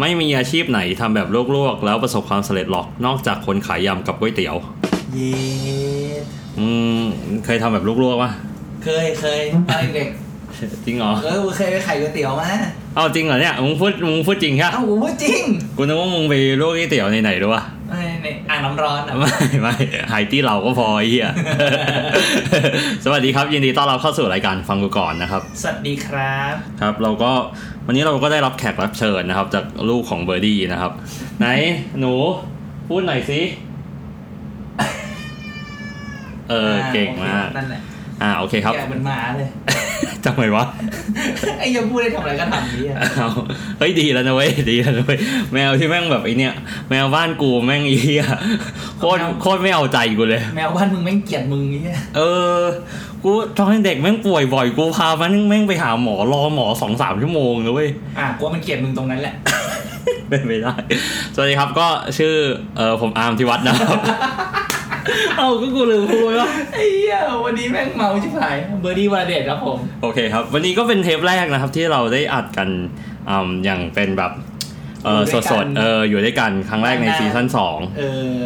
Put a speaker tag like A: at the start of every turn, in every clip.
A: ไม่มีอาชีพไหนทำแบบลวกๆ แล้วประสบความสำเร็จหรอกนอกจากคนขายยำกับก๋วยเตี๋ยว
B: เย็ด
A: อืมเคยทำแบบลวกๆปะ
B: เคยเคยตอนเด็ก
A: จริงเหรอ
B: ๆเออกูเคยไปขายก๋วยเตี๋ยวมา
A: เอาจริงเหรอเนี่ยมึงพูดมึงพูดจริงแค่ปะ
B: เอ้ากูพูดจริง
A: กูนึกว่ามึงไปลวกก๋วยเตี๋ยวไหนๆด้วยวะ
B: ในในอ่างน้ำร้อนอะ
A: ไม่ไม่หายที่เราก็พอไอ้เฮีย สวัสดีครับ ยินดีต้อนรับเข้าสู่รายการฟังกูก่อนนะครับ
B: สวัสดีครับ
A: ครับ เราก็วันนี้เราก็ได้รับแขกรับเชิญนะครับ จากลูกของเบอร์ดี้นะครับ ไหนหนูพูดหน่อยสิ เออ เก่งมาก
B: อ่โอเคนั่นแหละ
A: อ่าโอเคครับ
B: แกเป็นหมาเลย
A: จำไว้วะ
B: ไอ้ยังพูดได้ทำอะไรก็ทำนี่อะ
A: เอาเฮ้ยดีแล้วนะเว้ยดีแล้วนะเว้ยแมวที่แม่งแบบไอเนี้ยแมวบ้านกูแม่งไอเหี้ยโคตรโคตรไม่เอาใจกูเลย
B: แมวบ้านมึงแม่งเกลียดมึงนี่
A: เออ กูตอนเด็กแม่งป่วยบ่อยกูพามันแม่งไปหาหมอรอหมอสองสามชั่วโมงเลยเว้ย
B: อ่ะกลัวมันเกลียดมึงตรงนั้นแหละ
A: เป็นไม่ได้ สวัสดีครับก็ชื่อเออผมอาร์มที่วัดนะครับ เอาก็กูลืมพูดว่า
B: ไอ้เหี้ยวันนี้แม่งเมาชิบหาย เบอร์ดี้วาเดตครับผม
A: โอเคครับ วันนี้ก็เป็นเทปแรกนะครับที่เราได้อัดกันอมอย่างเป็นแบบเออสดๆเอออยู่ด้วยกันครั้งแรกในซีซั่นสอง
B: เออ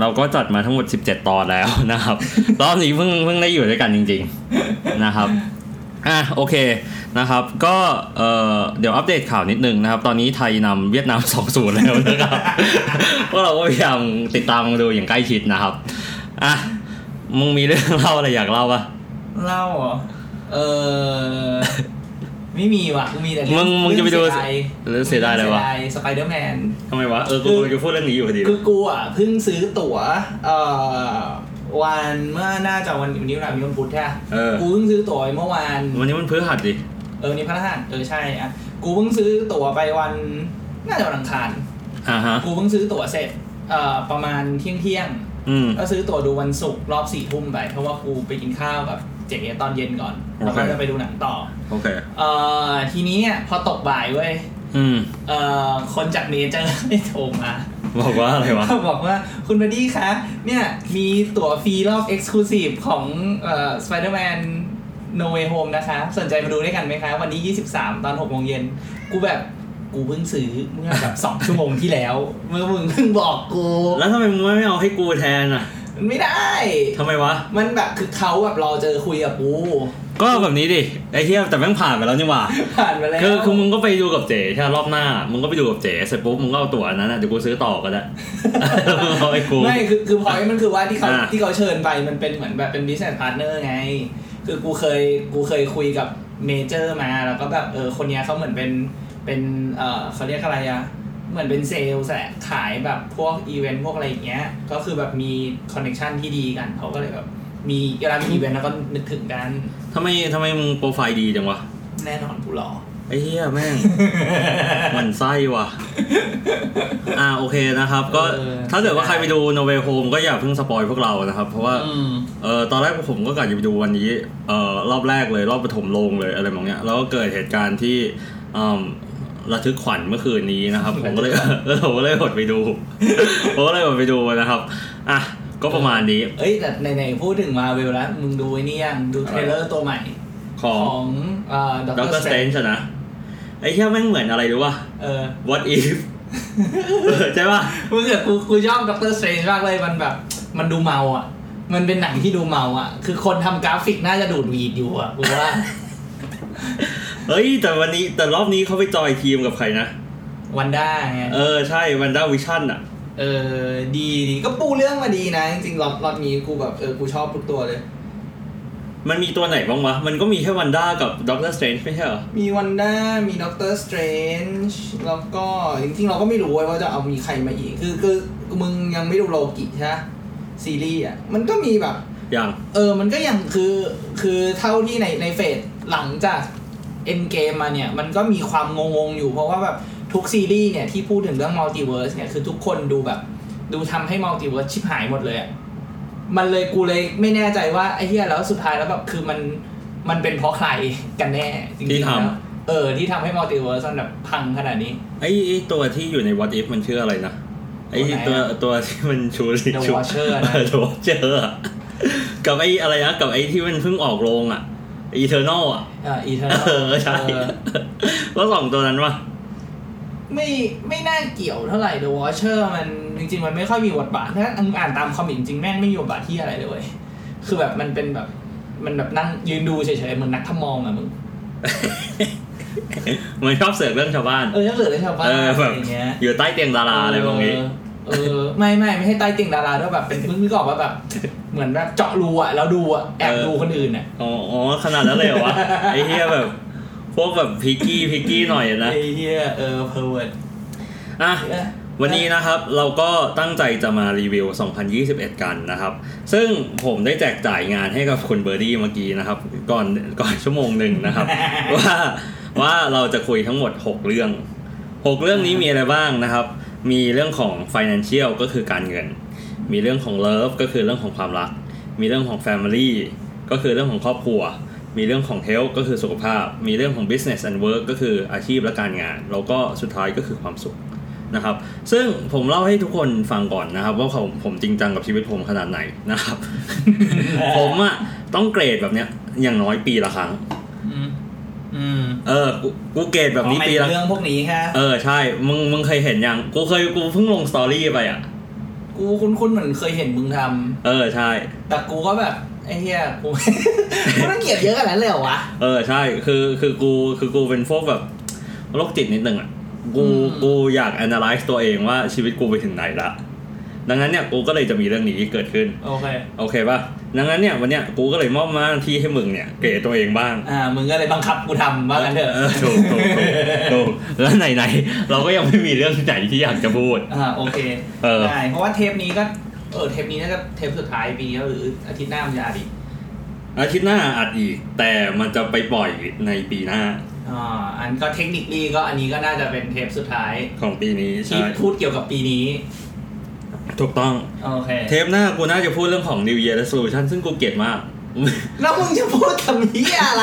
A: เราก็จัดมาทั้งหมด 17 ตอนแล้วนะครับ รอบนี้เพิ่งเพิ่งได้อยู่ด้วยกันจริงๆนะครับ อ่ะโอเคนะครับ ก็เอ่อเดี๋ยวอัปเดตข่าวนิดนึงนะครับ ตอนนี้ไทยนำเวียดนาม 2-0 แล้วนะครับ พวกเราก็พยายามติดตามดูอย่างใกล้ชิดนะครับ อ่ะ มึงมีเรื่องเล่าอะไรอยากเล่าปะ
B: เล่าเหรอเออไม่มีว่ะกูมีแต่
A: มึงมึงจะไปดูหรือเสียดายอะไรวะ
B: สไปเดอร์แมน
A: ทำไมวะ เออกูกูจะพูดเรื่องนี้อยู่พอดี
B: คือกูอ่ะเพิ่งซื้อตั๋วเอ่อวันเมื่อน่าจะวันวันนี้วันมีวันพุธใช่ปะ
A: เออ
B: กูเพิ่งซื้อตั๋วไปเมื่อวาน
A: วันนี้มันพื้หัดดิ
B: เออวันนี่พระรหัสเออใช่อ่ะกูเพิ่งซื้อตั๋วไปวันน่าจะวันอังคาร
A: อ่าฮะ
B: กูเพิ่งซื้อตั๋วเสร็จเอ่อประมาณเที่ยงเที่ยง
A: อืม
B: ๆก็ซื้อตั๋วดูวันศุกร์รอบสี่ทุ่มไป เพราะว่ากูไปกินข้าวกับเจ๊ตอนเย็นก่อน
A: โอเค
B: แล้วก็จะไปดูหนังต่อ
A: โอเค
B: เอ่อทีนี้เนี่ยพอตกบ่ายเว้ย
A: อืม
B: เอ่อคนจากเมเจอร์ ไม่โทรมา
A: บอกว่าอะไรวะ
B: เขาบอกว่าคุณบดดี้คะ เนี่ย มีตั๋วฟรีรอบ Exclusive ของเอ่อ Spider-Man No Way Home นะคะ สนใจมาดูด้วยกันไหมคะ วันนี้ 23 ตอน6โมงเย็น กูแบบกูเพิ่งซื้อเมื่อแบบ 2 ชั่วโมงที่แล้ว เมื่อมึงเพิ่งบอกกู
A: แล้วทำไมมึงไม่เอาให้กูแทนอ่ะ
B: มันไม่ได้
A: ทำไมวะ
B: มันแบบคือเขาแบบรอเจอคุยกับกู
A: ก็แบบนี้ดิ ไอ้เทียแต่แม่งผ่านไปแล้วนี่หว่า
B: ผ่านไปแล้ว
A: คือคือมึงก็ไปดูกับเจ๋ใช่ปะรอบหน้า มึงก็ไปดูกับเจ๋เสร็จปุ๊บมึงก็เอาตั๋วอันนั้นนะเดี๋ยวกูซื้อต่อก็ได้ แล้วมึงเอาไปกู
B: ไม่คือคือพอยมันคือว่าที่เขา
A: อ่ะ
B: ที่เขาเชิญไปมันเป็นเหมือนแบบเป็น business partner ไง คือกูเคยกูเคยคุยกับเมเจอร์มาแล้วก็แบบเออคนเนี้ยเขาเหมือนเป็นเป็นเออเขาเรียกอะไรอะเหมือนเป็นเซลส์แหละขายแบบพวกอีเวนต์พวกอะไรอย่างเงี้ย ก็คือแบบมีคอนเน t ชันที่ดีกันเขาก็เลยแบบมีเวลามีอีเวนต์แล้วก็นึกถึงกัน
A: ทำไมทำไมมึงโปรไฟล์ดีจังวะ
B: แน่นอนกูรอ
A: ไอ้เทียแม่ ง หมันไส้ว่ะ อ่าโอเคนะครับ ก็
B: เออ
A: ถ้าเกิดว่าใครไปดู No Way Home ก็อย่าเพิ่งสปอยพวกเรานะครับ เพราะว่า
B: อืม
A: เออตอนแรกผมก็กะจะไปดูวันนี้เออรอบแรกเลยรอบปฐมลงเลยอะไรแบบเนี้ยแล้วก็เกิดเหตุการณ์ที่อืมระทึกขวัญเมื่อคืนนี้นะครับ ผมก็เลย ผมก็เลยอดไปดู ผมก็เลยอดไปดูนะครับอ่ะก็ประมาณนี้
B: เอ้ยแต่ไหนๆพูดถึงมาเวลแล้วมึงดูไอ้นี่ยังดูเทรลเลอร์ตัวใหม่
A: ขอ
B: ข
A: ง
B: องเอ่อด็อก
A: ด็อก
B: เต
A: เต
B: อ
A: อร์
B: ร์ส
A: ส
B: เต
A: เตนชนะไอ้เหี้ยแม่งเหมือนอะไรรู้ป่ะ
B: เออ
A: What if เออใช่ป่ะ
B: มึงเกิดกูกูชอบด็อกเตอร์สเตรนมากเลยมันแบบ มันดูเมาอ่ะ มันเป็นหนังที่ดูเมาอ่ะ คือคนทำกราฟิกน่าจะดูดวีดอยู่อ่ะกูว่า
A: เฮ้ยแต่วันนี้แต่รอบนี้เขาไปจอยทีมกับใครนะ
B: วันด้าไง
A: เออใช่วันด้าวิชั่นอ่ะ
B: เออดีดีก็ปูเรื่องมาดีนะ จริงๆรอบรอบนี้กูแบบเออกูชอบทุกตัวเลย
A: มันมีตัวไหนบ้างวะมันก็มีแค่วันด้ากับด็อกเตอร์สเตนไม่ใช่เหรอ
B: มีวันด้ามีด็อกเตอร์สเตรนจ์แล้วก็จริงๆ เราก็ไม่รู้เว้ยว่าจะเอามีใครมาอีก คือคือมึงยังไม่ดูโลกิใช่ปะซีรีส์อ่ะมันก็มีแบบ
A: อย่าง
B: เออ มันก็ยังคือ คือเท่าที่ในในเฟสหลังจากเอ็นเกมมาเนี่ย มันก็มีความงงๆอยู่เพราะว่าแบบทุกซีรีส์เนี่ยที่พูดถึงเรื่องมัลติเวิร์สเนี่ย คือทุกคนดูแบบ ดูทำให้มัลติเวิร์สชิบหายหมดเลยอะมันเลยกูเลยไม่แน่ใจว่า ไอ้เหี้ยแล้วสุดท้ายแล้วแบบคือมันมันเป็นเพราะใครกันแน่จริงๆ
A: ที่ทำ
B: แล้วเออ ที่ทำให้มัลติเวิร์สมันแบบพังขนาดนี้
A: ไอ้ไอ้ตัวที่อยู่ใน What If มันชื่ออะไรนะไอ้ตั
B: ตั
A: ว ว
B: ไหนอะ
A: ตัวที่มันชูริ
B: The
A: ชู
B: Watcher นะ
A: The Watcher อะกับไอ้อะไรนะกับไอ้ที่มันเพิ่งออกโรงอ่ะ Eternal อ่ะ
B: เอ่าอีเทอร์
A: เออใช่ว่าสองตัวนั้นวะ
B: ไม่ไม่น่าเกี่ยวเท่าไหร่ The Watcher มันจริง ๆ มันไม่ค่อยมีบทบาทถ้าอ่านตามคอมิกจริงแม่งไม่มีบทบาทที่อะไรเลยเว้ยคือแบบมันเป็นแบบมันแบบนั่งยืนดูเฉยๆเหมือนนักทำมองอะมึง
A: เหมือนชอบเสือกเรื่องชาวบ้าน
B: เออถ้าเกิดเรื่องชาวบ้าน
A: เออ
B: อะ
A: แบ
B: ไร
A: บ
B: อย่างเงี้ย
A: อยู่ใต้เตียงดาราอะไรพวกนี้
B: เออเออไม่ไม่ไม่ให้ใต้เตียงดาราด้วยแบบเป็นมึงนึกออกว่าแบบ เหมือนแบบเจาะรูอ่ะแล้วดูอ่ะแอบ
A: เออ
B: ดูคนอื่นอ่ะ
A: อ๋ออ๋อขนาดนั้นเลยเหรอวะ ไอ้เหี้ยแบบ พวกแบบพิกกี้พิกกี้หน่อยนะ
B: ไอ้เหี้ยเออเพอร์เวิร์ด
A: อ่ะ วันนี้นะครับเราก็ตั้งใจจะมารีวิว 2021 กันนะครับ ซึ่งผมได้แจกจ่ายงานให้กับคุณเบอร์ดี้เมื่อกี้นะครับ ก่อนก่อนชั่วโมงหนึ่งนะครับ ว่าว่าเราจะคุยทั้งหมด 6 เรื่อง 6 เรื่องนี้มีอะไรบ้างนะครับ มีเรื่องของ financial ก็คือการเงิน มีเรื่องของ love ก็คือเรื่องของความรัก มีเรื่องของ family ก็คือเรื่องของครอบครัว มีเรื่องของ health ก็คือสุขภาพ มีเรื่องของ business and work ก็คืออาชีพและการงาน แล้วก็สุดท้ายก็คือความสุข นะครับซึ่งผมเล่าให้ทุกคนฟังก่อนนะครับ ว่าผมผมจริงจังกับชีวิตผมขนาดไหนนะครับ ผมอะต้องเกรดแบบเนี้ยอย่างน้อยปีละครั้ง
B: อืมอืม
A: เออกูกูเกรดแบบนี้
B: อ๋อหมาย
A: ปี
B: ถึง
A: ละ
B: เรื่องพวกนี้ค่ะ
A: เออใช่ มึงมึงเคยเห็นยัง กูเคยกูเพิ่งลงสตอรี่ไปอ่ะ
B: กูคุ้นๆเหมือนเคยเห็นมึงทำ
A: เออใช่
B: แต่กูก็แบบไอ้เหี้ยกู กูต้องเกลียดเยอะขนาดนั้นเลยเหรอวะ
A: เออใช่คือคือกูคือกูเป็นพวกแบบโรคจิตนิดนึงอ่ะกู
B: อืม
A: กูอยาก analyze ตัวเองว่าชีวิตกูไปถึงไหนละดังนั้นเนี่ยกูก็เลยจะมีเรื่องนี้เกิดขึ้น
B: โอเค
A: โอเคป่ะ ดังนั้นเนี่ยวันเนี้ยกูก็เลยมอบมาที่ให้มึงเนี่ยเกรดตัวเองบ้าง
B: อ่ามึงก็เลยบังคับกูทำว่ากันเถอะ
A: ถูกถูกถูกถูกแล้วไหนไหนๆเราก็ยังไม่มีเรื่องไหนที่อยากจะพูด
B: อ่าโอเค
A: เออ
B: ได้เพราะว่าเทปนี้ก็เออเทปนี้น่าจะเทปสุดท้ายปีแล้วหรืออาทิตย์หน้ามันจะอัดอีก
A: อาทิตย์หน้าอัดอีก แต่มันจะไปปล่อยในปีหน้า
B: อ่าอันก็เทคนิคดีก็อันนี้ก็น่าจะเป็นเทปสุดท้าย
A: ของปีนี้
B: ที่
A: ใช่
B: พูดเกี่ยวกับปีนี้
A: ถูกต้อง
B: โอเค
A: เทปหน้ากูน่าจะพูดเรื่องของ New Year Resolution ซึ่งกูเกลียดมาก
B: แล้วมึงจะพูดคำนี้ยอะไร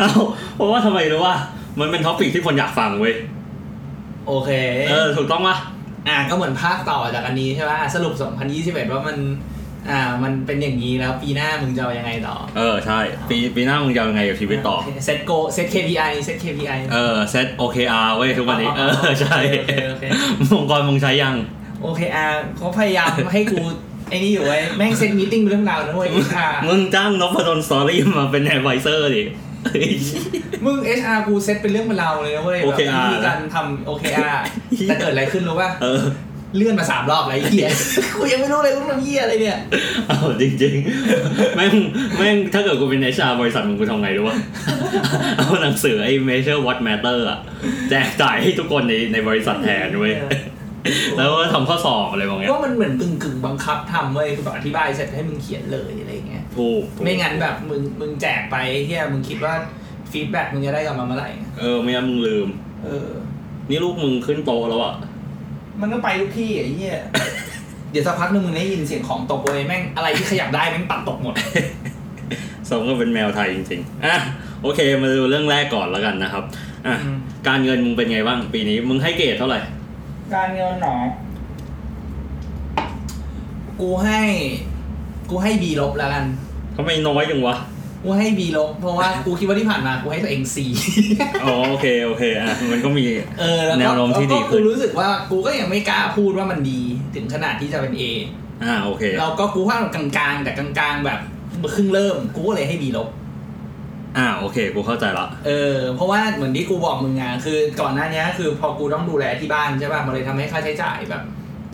A: เอ้าเพราะว่าทำไมรู้ว่ามันเป็นท็อปิกที่คนอยากฟังเว้ย
B: โอเค
A: เออถูกต้องปะ
B: อ่ะก็เหมือนภาคต่อจากอันนี้ใช่ไหมอ่ะสรุป 2021 ว่ามัน อ่า มันเป็นอย่างนี้แล้วปีหน้ามึงจะเอายังไงต่อ
A: เออใช่ ปีปีหน้ามึงจะเอายังไงกับชีวิตต่อ
B: เซตโกเซต KPI เซต KPI
A: เออเซต OKR เว้ยทุกวันนี้ เออ ใช่
B: โอเคโอเค
A: องค์กรมึงใช้ยัง
B: โอเคอ่ะเขาพยายามให้กู ไอ้นี่อยู่ไว้ยแม่งเซตมีตติ้งเป็นเรื่องราว นะเว้ยอ่ะ
A: มึงจ้างนพดลสตอรี่มาเป็นแอดไวเซอร์ดิ
B: มึง HR กูเซตเป็นเรื่องเป็นราวเลยนะเว้ยแบบ
A: OKR
B: วิธีการทำ OKR แต่เกิดอะไรขึ้นรู้ป่ะ
A: เออ
B: เลื่อนมาสามรอบแล้วไอ้เหี้ย กูยังไม่รู้เลยว่ามันเหี้ยอะไรเนี่ย
A: เอาจริงๆ แม่งแม่งถ้าเกิดกูเป็นไอชาบริษัทมึงกูทำไงรู้วะ เอาหนังสือไอ้ measure what matter อะแจกจ่ายให้ทุกคนในในบริษัทแทนเว้ย แล้วก็ทำข้อสอบอะไรบางอย่าง
B: ว่ามันเหมือนกึ่งกึ่งๆบังคับทำเว้ยคือแบบอธิบายเสร็จให้มึงเขียนเลยอะไรอย่างเงี้ย
A: ถูก
B: ไม่งั้นแบบมึงมึงแจกไปไอ้เฮียมึงคิดว่าฟีดแบ็กมึงจะได้กลับมาเมื่อไหร่
A: เออ ไม่งั้นมึงลืม
B: เออ
A: นี่ลูกมึงขึ้นโตแล้วอะ
B: มันก็ไปทุกที่ไอ้เหี้ยเดี๋ยวสักพักหนึงมึงได้ยินเสียงของตกเว้ยแม่งอะไรที่ขยับได้แม่งปัดตกหมด
A: สมก็เป็นแมวไทยจริงๆ อ่ะโอเคมาดูเรื่องแรกก่อนแล้วกันนะครับ อ่ะ
B: อืม
A: การเงินมึงเป็นไงบ้างปีนี้ มึงให้เกรดเท่าไหร่
B: การเงินหนอกูให้กูให้บีลบแล้วกัน
A: ทำไมน้อยจังวะ
B: กูให้บีลบเพราะว่ากูคิดว่าที่ผ่าน มากูให้ตัวเองซี
A: อ๋อโอเคโอเคอ่ะมันก็มี
B: เออแล้วก็
A: แนวโน้มที่ดีขึ้
B: กู
A: น
B: รู้สึกว่ากูก็ยังไม่กล้าพูดว่ามันดีถึงขนาดที่จะเป็น A
A: อ่าโอเค
B: เราก็กูว่ามันกลางๆ แต่กลางๆ แบบครึ่งเริ่มกูก็เลยให้ B ลบ
A: อ่าโอเคกูเข้าใจละ
B: เออเพราะว่าเหมือนที่กูบอกมึงอะคือก่อนหน้านี้คือพอกูต้องดูแลที่บ้านใช่ป่ะมันเลยทำให้ค่าใช้จ่ายแบบ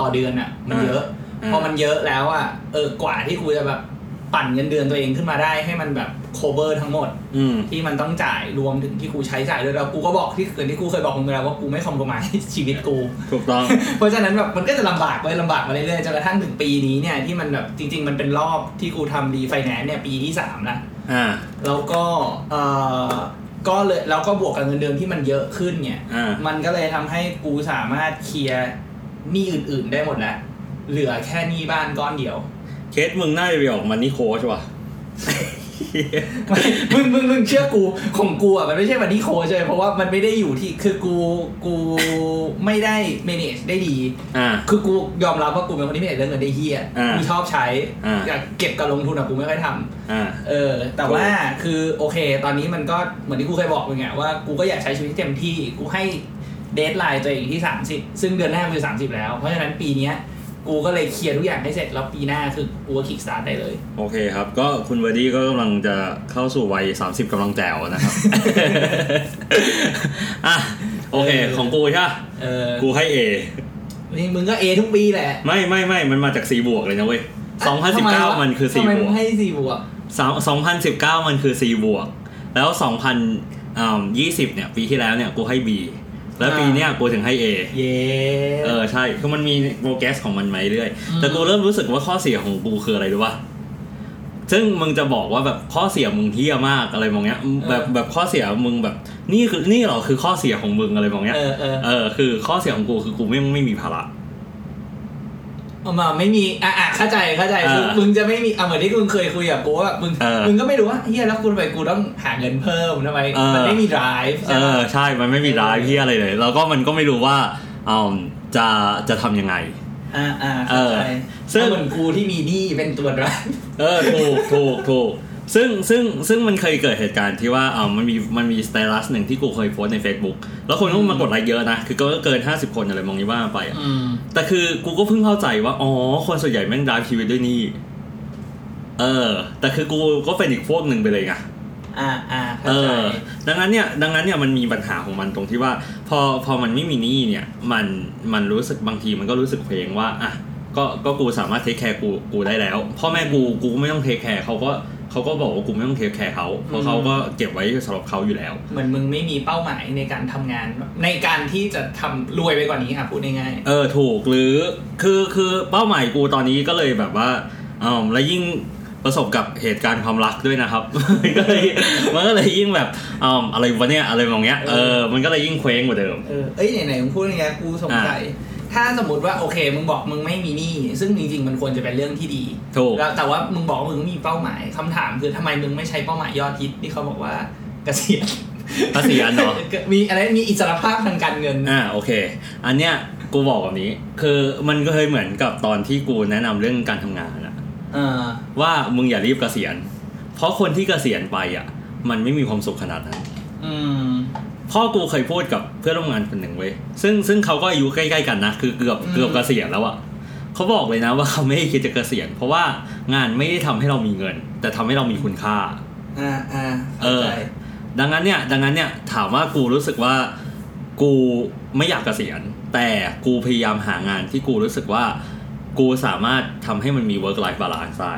B: ต่อเดือนอะมันเยอะ
A: อ่า
B: พอมันเยอะแล้วอะเออกว่าที่กูจะแบบปั่นเงินเดือนตัวเองขึ้นมาได้ให้มันแบบ cover ทั้งหมด
A: อืม
B: ที่มันต้องจ่ายรวมถึงที่กูใช้จ่ายด้วยแล้วกูก็บอกที่เกินที่กูเคยบอกมึงไปแล้วว่ากูไม่คอมโพมายชีวิตกู
A: ถูกต้อง
B: เพราะฉะนั้นแบบมันก็จะลำบากไปลำบากมาเรื่อยๆจนกระทั่งถึงปีนี้เนี่ยที่มันแบบจริง ๆ มันเป็นรอบที่กูทำดีไฟแนนซ์เนี่ยปีที่สามละ
A: อ่า
B: แล้วก็เออก็เลยแล้วก็บวกกับเงินเดือนที่มันเยอะขึ้นเนี่ย
A: อ่า
B: มันก็เลยทำให้กูสามารถเคลียร์หนี้อื่น ๆได้หมดแล้วเหลือแค่หนี้บ้านก้อนเดียว
A: เคสมึงน่าจะไปออกมันนี่โค้ชว่ะ
B: ไม่มึงมึงมึงเชื่อกูของกูอ่ะมันไม่ใช่วันที่โค้ชเลยเพราะว่ามันไม่ได้อยู่ที่คือกูกูไม่ได้ manage ได้ดี
A: อ่า
B: คือกูยอมรับว่ากูเป็นคนที่ไม่เห็นเรื่องเงินได้เฮีย
A: อ่า
B: กูชอบใช้
A: อ่า
B: อยากเก็บกับลงทุนอะกูไม่ค่อยท
A: อ่า
B: ำเออ แต่ว่าคือโอเค ตอนนี้มันก็เหมือนที่กูเคยบอกมึงไงว่ากูก็อยากใช้ชีวิตให้เต็มที่ กูให้ เดทไลน์ตัวเองที่ 30 ซึ่งเดือนหน้าคือ 30 แล้ว เพราะฉะนั้นปีเนี้ยกูก็เลยเคลียร์ทุกอย่างให้เสร็จ แล้วปีหน้าคือกูก็คิกสตาร์ทได้เลย
A: โอเคครับ ก็คุณเวอร์ดี้ก็กำลังจะเข้าสู่วัย 30กำลังแจ๋วนะครับ อ่ะโอเค ของกูใช่ปะ
B: เออ
A: กูให้ A
B: นี่มึงก็เอทุกปีแหละ
A: ไม่ไม่ไม่มันมาจาก 4 บวกเลยนะเว้ย
B: ทำไวะ
A: 2019 มันคือ
B: ทำไม
A: 4 บ
B: มึ
A: ว
B: ง
A: ก
B: ให้สี่บวก
A: สาม2019 มันคือ 4 บวก แล้ว 2020 เนี่ย ปีที่แล้วเนี่ย กูให้ B แล้วปีเนี้ยกูถึงให้ A
B: เย้
A: เออใช่คือมันมีโปรเกรสของมันมาเรื่อย
B: อืม
A: แต่กูเริ่มรู้สึกว่าข้อเสียของกูคืออะไรรู้ป่ะซึ่งมึงจะบอกว่าแบบข้อเสียมึงเที่ยมากอะไรมองเนี้ยแบบแบบข้อเสียมึงแบบ นี่คือนี่เหรอคือข้อเสียของมึงอะไรมองเนี้ย
B: เออเออ
A: เออคือข้อเสียของกูคือกูไม่ไม่มีภาระ
B: เอามาไม่มีอ่ะอ่ะเข้าใจเข้าใจคือ
A: เออ
B: มึงจะไม่มีอ่ะเหมือนที่มึงเคยคุยกับกูว่าแบบมึง
A: เออ
B: มึงก็ไม่รู้ว่าเฮียแล้วคุณไปกูต้องหาเงินเพิ่มทำไม
A: เออ
B: มันไม่มี drive
A: เอ
B: ใช่ไหม
A: อใช่มันไม่มีร้ายเพี้ยอะไรเลย แล้วก็มันก็ไม่รู้ว่าเออจะจะทำยังไง
B: อ่าอ่าเข้าใจ
A: เออซึ่
B: ซึ่
A: ง
B: งเหมือนกูที่มีหนี้เป็นตัว drive
A: เออถูกถูกถูกซึ่งซึ่งซึ่งมันเคยเกิดเหตุการณ์ที่ว่าอ่ามันมีมันมีสเตลัสหนึ่งที่กูเคยโพสต์ใน Facebook แล้วคนก็มากดไลค์เยอะนะ คือก็เกิน 50 คนอะไรมองนี้ว่าไปอะ
B: อืม
A: แต่คือกูก็เพิ่งเข้าใจว่า อ๋อ คนส่วนใหญ่แม่งดรายชีวิตด้วยหนี่เออ แต่คือกูก็เป็นอีกพวกหนึ่งไปเลยไง
B: อ่าอ่า
A: เอ
B: เข้าใจ
A: อ ดังนั้นเนี่ย ดังนั้นเนี่ย มันมีปัญหาของมันตรงที่ว่า พอ พอมันไม่มีหนี้เนี่ย มัน มันรู้สึกบางทีมันก็รู้สึกเพลงว่า อ่ะ ก็ ก็กูสามารถเทคแคร์กู กูได้แล้ว พ่อแม่กู กูก็ไม่ต้องเทคแคร์เขาก็เขาก็บอกว่ากูไม่ต้องเทคแคร์เขา เพราะเขาก็เก็บไว้สำหรับเขาอยู่แล้ว
B: เหมือนมึงไม่มีเป้าหมายในการทำงาน ในการที่จะทำรวยไปกว่านี้อ่ะพูดง่าย
A: เออ ถูก หรือ คือ คือ เป้าหมายกูตอนนี้ก็เลยแบบว่าอืมแล้วยิ่งประสบกับเหตุการณ์ความรักด้วยนะครับ มันก็เลย มันก็เลยยิ่งแบบอืมอะไรวะเนี่ย อะไรมองเนี้ย เออ มันก็เลยยิ่งเคว้งกว่าเดิม
B: ๆเออเอ้ยไหนไหนๆมึงพูดอย่างเงี้ยกูสงสัยถ้าสมมติว่าโอเค มึงบอกมึงไม่มีหนี้ซึ่งจริงๆมันควรจะเป็นเรื่องที่ดี
A: ถูก
B: แล้วแต่ว่ามึงบอกว่ามึงมีเป้าหมายคำถามคือทำไมมึงไม่ใช้เป้าหมายยอดฮิตที่เขาบอกว่าเกษียณ
A: ภาษีอันเนาะ
B: มีอะไรมีอิสรภาพทางการเงิน
A: อ่าโอเค อันเนี้ยกูบอกแบบนี้ คือมันก็เคยเหมือนกับตอนที่กูแนะนำเรื่องการทำงานอะ
B: เออ
A: ว่ามึงอย่ารีบเกษียณ เพราะคนที่เกษียณไปอะมันไม่มีความสุขขนาดนั้น
B: อืม
A: พ่อกูเคยพูดกับเพื่อนร่วมงานคนหนึ่งเว้ยซึ่งซึ่งเขาก็อายุใกล้ๆกันนะคือเกือบ
B: อืม
A: เกือบเกษียณแล้วอะเขาบอกเลยนะว่าเขาไม่ได้คิดจะเกษียณเพราะว่างานไม่ได้ทำให้เรามีเงิน แต่ทำให้เรามีคุณค่า
B: อ่าอ่า
A: เออ ดังนั้นเนี่ยดังนั้นเนี่ยถามว่ากูรู้สึกว่ากูไม่อยากเกษียณ แต่กูพยายามหางานที่กูรู้สึกว่ากูสามารถทำให้มันมี work life balance ได้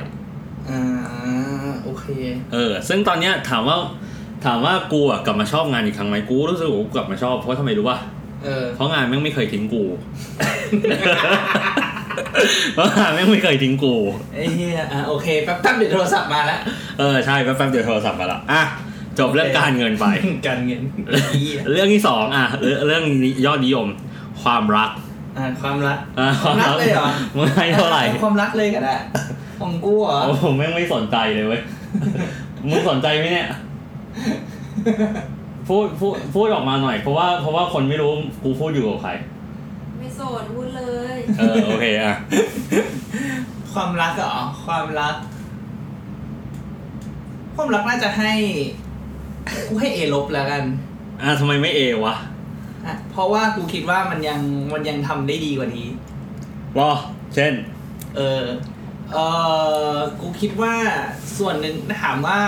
B: อ่าโอเค
A: เออซึ่งตอนเนี้ยถามว่าถามว่ากูอะกลับมาชอบงานอีกครั้งไหมกูรู้สึกว่ากูกลับมาชอบเพราะทำไมรู้ป่ะ
B: เอ อ
A: เพราะงานแม่งไม่เคยทิ้งกู เพราะงานแม่งไม่เคยทิ้งกู
B: ไอ้เหี้ยอ่าโอเคแป๊บแป๊บเดี๋ยวโทรศัพท์มาละ
A: เออใช่แป๊บๆเดี๋ยวโทรศัพท์มาละอ่ะจบเรื่องการเงินไป
B: การเงินไอ้เหี้ย
A: เรื่องที่สองอ่ะเรื่องเรื่องยอดนิยมความรัก
B: อ่าความรัก
A: อ่ะ
B: ความรักเลยเหรอ
A: มึงให้เท่าไหร่
B: ความรักเลยก็ได้ของกูเหรอ
A: โอ้โหแม่งไม่สนใจเลย เว้ย มึงสนใจไหมเนี่ย พูดพูดพูดออกมาหน่อย เพราะว่าเพราะว่าคนไม่รู้กูพูดอยู่กับใคร
C: ไม่โสดพูดเลย
A: เออโอเคอ่ะ
B: ความรักเหรอความรัก ความรักน่าจะให้กูให้เอลบแล้วกัน
A: อ่ะทำไมไม่เอวะ
B: อ่ะเพราะว่ากูคิดว่ามันยังมันยังทำได้ดีกว่านี้
A: รอเช่น
B: เออ เออกูคิดว่าส่วนหนึ่งถามว่า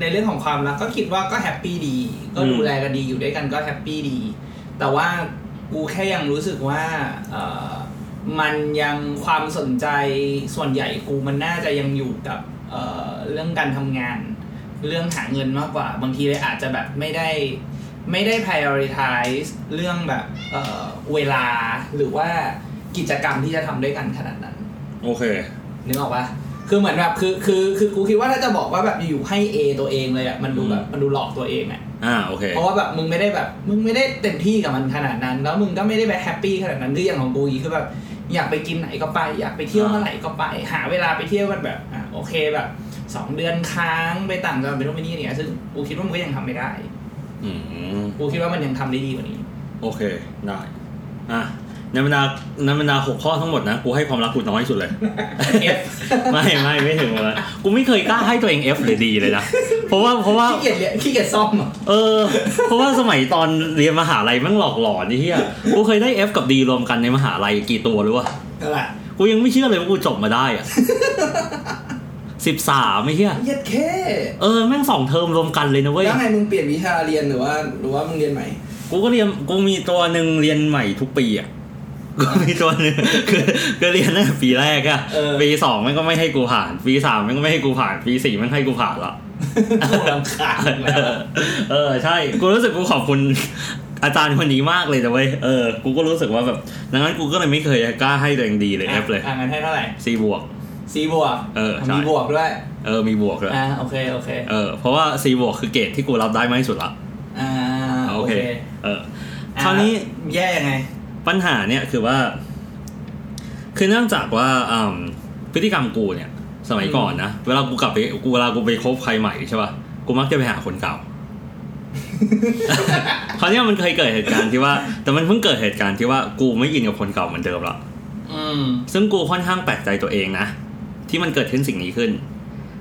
B: ในเรื่องของความรักก็คิดว่าก็แฮปปี้ดี ก็
A: อืม
B: ดูแลกันดีอยู่ด้วยกันก็แฮปปี้ดี แต่ว่ากูแค่ยังรู้สึกว่าเออมันยังความสนใจส่วนใหญ่กูมันน่าจะยังอยู่กับเออเรื่องการทำงาน เรื่องหาเงินมากกว่า บางทีเลยอาจจะแบบไม่ได้ ไม่ได้ prioritize เรื่องแบบเอ่อเวลาหรือว่ากิจกรรมที่จะทำด้วยกันขนาดนั้น
A: โอเค
B: นึกออกปะคือเหมือนแบบคือคือคือกูคิดว่าถ้าจะบอกว่าแบบอยู่ๆให้ A ตัวเองเลยอะมันดูแบบ
A: อืม
B: มันดูหลอกตัวเองอะ
A: อ่าโอเค
B: เพราะว่าแบบมึงไม่ได้แบบมึงไม่ได้เต็มที่กับมันขนาดนั้น แล้วมึงก็ไม่ได้แบบแฮปปี้ขนาดนั้นคืออย่างของกูอีกคือแบบอยากไปกินไหนก็ไป อยากไปเที่ยวเมื่อไหร่ก็ไป หาเวลาไปเที่ยวกันแบบอ่ะโอเคแบบสองเดือนค้างไปต่างจังหวัดไปโน่นไปนี่เนี่ยซึ่งกูคิดว่ามันก็ยังทำไม่ได้
A: อืม
B: กูคิดว่ามันยังทำได้ดีกว่านี้
A: โอเคได้ อ่ะ ในบรรดาในบรรดาหกข้อทั้งหมดนะ กูให้ความรักกูน้อยสุดเลย
B: เอ ฟ
A: ไม่ไม่ไม่ถึงเลยกูไม่เคยกล้าให้ตัวเอง F หรือ D เลยนะเพราะว่าเพราะว่า
B: ขี้เกียจเรียนขี้เกียจซ่อมอ่ะ
A: เออ เพราะว่าสมัยตอนเรียนมหาลัยแมันหลอกหลอนไอ้เหี้ยกูเคยได้ F กับ D รวมกันในมหาลัยกี่ตัวรู้ป่ะ
B: นั่นแหละ
A: กูยังไม่เชื่อเลยว่ากูจบมาได้อะสิบสามไม่เหี้ย
B: เหี้ย็ดแค่
A: เออแม่งสองเทอมรวมกันเลยนะเว้ย
B: แล้วไงมึงเปลี่ยนวิชาเรียนหรือว่าหรือว่ามึงเรียนใหม่
A: กูก็เรียนกูมีตัวหนึ่งเรียนใหม่ทุกปีอ่ะกูมีตัวหนึ่งคือก็เรียนตั้งแต่ปีแรกอ่ะ
B: เออ
A: ปีสองมันก็ไม่ให้กูผ่าน ปีสามมันก็ไม่ให้กูผ่าน ปีสี่มันให้กูผ่านละ
B: กูรำคาญแล้ว
A: เอ อใช่ กูรู้สึกกูขอบคุณอาจารย์คนนี้มากเลยนะเว้ยเออกูก็รู้สึกว่าแบบดังนั้นกูก็เลยไม่เคยกล้าให้ตัวเองดีเลยเอฟเลย
B: อ่ะงั้นให้เท่าไหร่
A: ซีบวก
B: ซีบวก
A: เออใช่
B: มีบวกด้วย
A: เออมีบวกเลย
B: อ่าโอเคโอเค
A: เออเพราะว่าซีบวกคือเกรดที่กูรับได้มากที่สุดละ
B: อ่า
A: โอเคเออ
B: อ่ะ
A: คราวนี้
B: แย่ยังไง
A: ปัญหาเนี่ยคือว่า คือเนื่องจากว่าอืมพฤติกรรมกูเนี่ย สมัยก่อนนะ เวลากูกลับไปกูเวลากูไปคบใครใหม่ใช่ป่ะ กูมักจะไปหาคน เก่า คราวเนี้ยมันเคยเกิดเหตุการณ์ที่ว่า แต่มันเพิ่งเกิดเหตุการณ์ที่ว่ากูไม่ยินกับคนเก่าเหมือนเดิมละ
B: อืม
A: ซึ่งกูค่อนข้างแปลกใจตัวเองนะ ที่มันเกิดขึ้นสิ่งนี้ขึ้น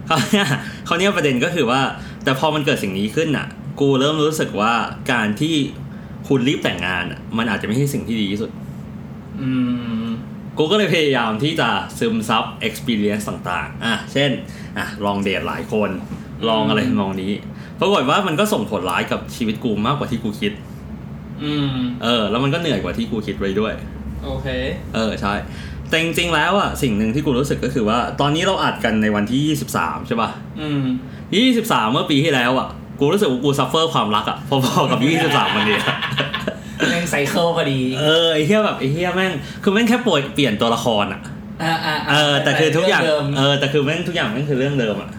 A: คราวเนี้ยคราวเนี้ยประเด็นก็คือว่า แต่พอมันเกิดสิ่งนี้ขึ้นน่ะ กูเริ่มรู้สึกว่าการที่คุณรีบแต่งงานน่ะมันอาจจะไม่ใช่สิ่งที่ดีที่สุด
B: อืม
A: กูก็เลยพยายามที่จะซึมซับ experience ต่างๆ อ่ะ เช่น อ่ะ ลองเดทหลายคน ลองอะไร
B: อืม
A: มองนี้ ปรากฏว่ามันก็ส่งผลร้ายกับชีวิตกูมากกว่าที่กูคิด
B: อืม
A: เออ แล้วมันก็เหนื่อยกว่าที่กูคิดไว้ด้วย
B: โอเค
A: เออ ใช่ แต่จริงๆ แล้วอ่ะ สิ่งหนึ่งที่กูรู้สึกก็คือว่า ตอนนี้เราอัดกันในวันที่ 23 ใช่ป่ะ
B: อืม
A: 23 เมื่อปีที่แล้วอ่ะ กูรู้สึกว่ากูซัฟเฟอร์ความรักอ่ะ พอๆกับ 23 วันนี้
B: เร่งไซเคิลพอดี
A: เออ ไอ้เหี้ยแบบไอ้เหี้ยแม่ง คือแม่งแค่ปล่อยเปลี่ยนตัวละครอ่ะ
B: อ่าอ่า
A: เออแต่คือทุกอย่าง
B: เดิม
A: เออแต่คือแม่งทุกอย่างแม่งคือเรื่องเดิมอ่ะ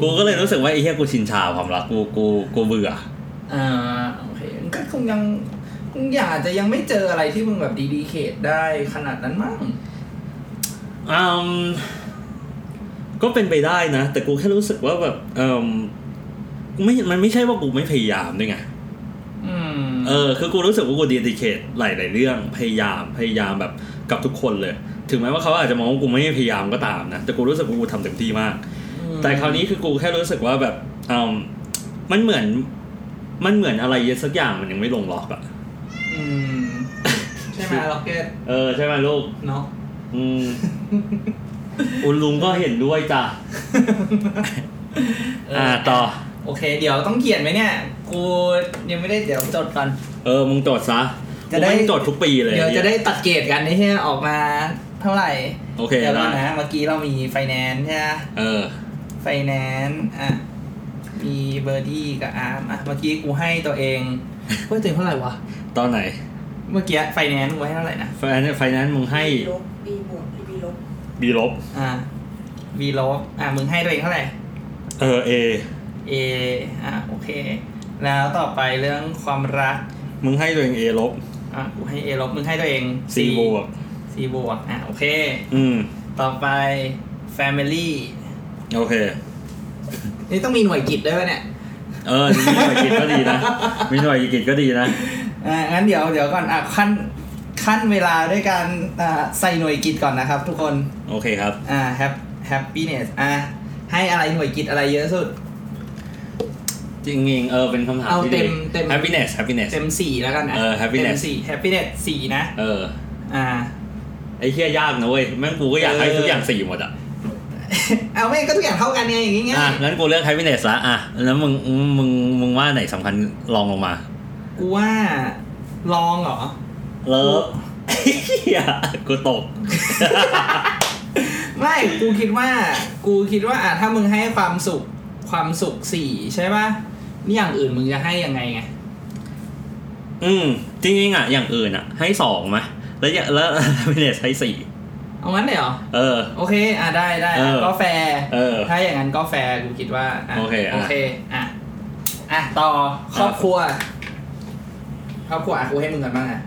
A: กูก็เลยรู้สึกว่าไอ้เหี้ยกูชินชาความรักกูกูกูเบื่อ
B: อ่าโอเคมันก็คงยังคงอยากจะยังไม่เจออะไรที่มึงแบบดีดีเคทได้ขนาดนั้นมั้ง
A: อืมก็เป็นไปได้นะ แต่กูแค่รู้สึกว่าแบบอืมไม่มันไม่ใช่ว่ากูไม่พยายามด้วยไง
B: อืม
A: เออคือกูรู้สึกว่ากูดีดิเคทหลายๆเรื่องพยายามพยายามแบบกับทุกคนเลย ถึงแม้ว่าเขาอาจจะมองว่ากูไม่พยายามก็ตามนะแต่กูรู้สึกว่ากูทำเต็มที่มาก
B: ม
A: แต่คราวนี้คือกูแค่รู้สึกว่าแบบอืมมันเหมือน มันเหมือนอะไรสักอย่างมันยังไม่ลงล็อกอะ
B: อืมใช่ไหมล็อกเก็ต
A: เออใช่ไหมลูก
B: เนาะ
A: อืม อุณลุงก็เห็นด้วยจ้ะ
B: เ
A: อ่าต่อ
B: โอเค เดี๋ยวต้องเขียนไหมเนี่ย กูยังไม่ได้เดี๋ยวจดก่อน
A: เออ มึงจดซะ
B: จะได้
A: มึงจดทุกปีเลย
B: เดี๋ยวจะได้ตัดเกรดกันนี่ใช่ออกมาเท่าไหร่
A: โอเค
B: เดี๋ยวก่
A: ได้
B: อนนะเมื่อกี้เรามีไฟแนนซ์ใช่ไหม
A: เออ
B: ไฟแนนซ์อ่ะมีเบอร์ดี้กับอาร์มอ่ะเมื่อกี้กูให้ตัวเองเฮ้ยตัวเองเท่าไหร่วะ
A: ตอนไหน
B: เมื่อกี้ไฟแนนซ์กูให้เท่าไหร่นะ
A: ไฟแนนซ์ไฟแนนซ์มึงให้
C: ลบปีบวกหรือปีลบ
A: บีลบ
B: อ่ะวีลบอ่ะมึงให้ตัวเองเท่าไหร่
A: เออเอ
B: เออ่ะโอเค แล้วต่อไปเรื่องความรัก
A: มึงให้ตัวเองเอลบ
B: อ่ะกูให้เอลบมึงให้ตัวเอง
A: ซี
B: C
A: บวก
B: C บวกอ่ะโอเค
A: อืม
B: ต่อไป Family
A: โอเค
B: นี่ต้องมีหน่วยกิจด้วยปะเนี่ย
A: เออ มีหน่วยกิจก็ดีนะ มีหน่วยกิจก็ดีนะ
B: อ่างั้นเดี๋ยวเดี๋ยวก่อนอ่ะขั้นขั้นเวลาด้วยการอ่าใส่หน่วยกิจก่อนนะครับ ทุกคน
A: โอเคครับ
B: อ่าแฮปแฮปปี้เนสอ่ะให้อะไรหน่วยกิจอะไรเยอะสุด
A: จริงๆเออ เป็นคำถาม
B: เอา
A: ที่
B: เต็
A: ดี
B: มเต็ม
A: happiness happiness
B: เต็มสี่แล้วกันนะ
A: เออ happiness
B: เต็มสี่แฮปปี้เนสสี่นะ
A: เออ
B: อ่า
A: ไอ้เฮียยากนะเว้ย แม่งกูก็อยากให้
B: เออ
A: ทุกอย่างสี่หมดอ่ะ
B: เอาไม่ก็ทุกอย่างเท่ากันไงอย่างงี้ไง
A: อ่ะ งั้นกูเลือกไฮพิเนสละอ่ะ แล้วมึงมึงมึงมึงว่าไหนสำคัญรองลงมา
B: กูว่าลองเหรอ
A: เลิฟเฮียกูตก
B: ไม่ กูคิดว่า กูคิดว่าอ่ะถ้ามึงให้ความสุขความสุขสี่ใช่ปะนี่อย่างอื่นมึงจะให้ยังไงไง
A: อืม จริงๆอ่ะ อย่างอื่นอ่ะ ให้สองมะแล้วอย่าแล้วไฮพิเนสให้สี่
B: เอางั้นเลยเหรอ
A: เออ
B: โอเค อ่ะได้ได้
A: เออ
B: ก็แฟร์
A: เออ
B: ถ้าอย่างนั้นก็แฟร์กูคิดว่าะ
A: โอเคอ่ะ
B: โอเคอ่ะอ่ะต่อครอบครัว ครอบครัวอ่ะกูให้มึงกันบ้างอ่ะ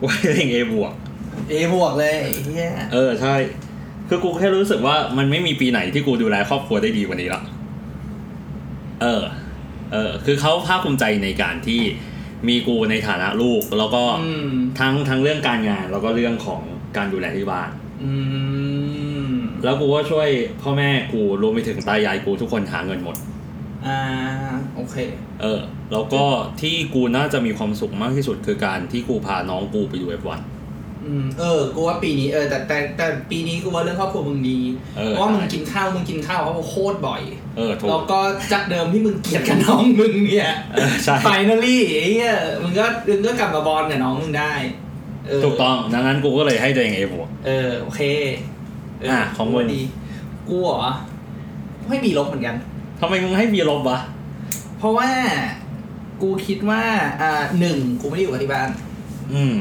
A: กูให้ตัวเองเอบวก
B: เอบวกเลยไอ้เฮีย
A: เออ ใช่ คือกูแค่รู้สึกว่ามันไม่มีปีไหนที่กูดูแลครอบครัวได้ดีกว่านี้ละ เออ เออ คือเขาภาคภูมิใจในการที่ มีกูในฐานะลูก แล้วก็
B: อืม
A: ทั้งทั้งเรื่องการงานแล้วก็เรื่องของการดูแลที่บ้าน
B: อืม
A: แล้วกูก็ช่วยพ่อแม่กูรวมไปถึงตายายกูทุกคนหาเงินหมด
B: อ่าโอเค
A: เออ แล้วก็ที่กูน่าจะมีความสุขมากที่สุดคือการที่กูพาน้องกูไปดู F1
B: อืมเออ กูว่าปีนี้เออแต่แต่แต่ปีนี้กูว่าเรื่องครอบครัวมึงดี
A: เออ
B: เพราะว่ามึงกินข้าวมึงกินข้าวเขาโคตรบ่อย
A: เออถูก
B: แล้วก็จากเดิมที่มึงเกลียดกับน้องมึงเนี่ย
A: เออใช่
B: ไฟนอลี่ไอ้เหี้ยมึงก็มึงก็กลับมาบอลกับน้องมึงได้เ
A: ถูกต้องดังนั้นกูก็เลยให้ตัวเอง A บวก
B: เออ โอเคเ
A: ะของมึง
B: ดี กูเหรอไม่มีลบเหมือนกัน
A: ทำไมมึงให้ B ลบวะ
B: เพราะว่ากูคิดว่าอ่าหนึ่งกูไม่ได้อยู่กับที่บ้าน
A: อืม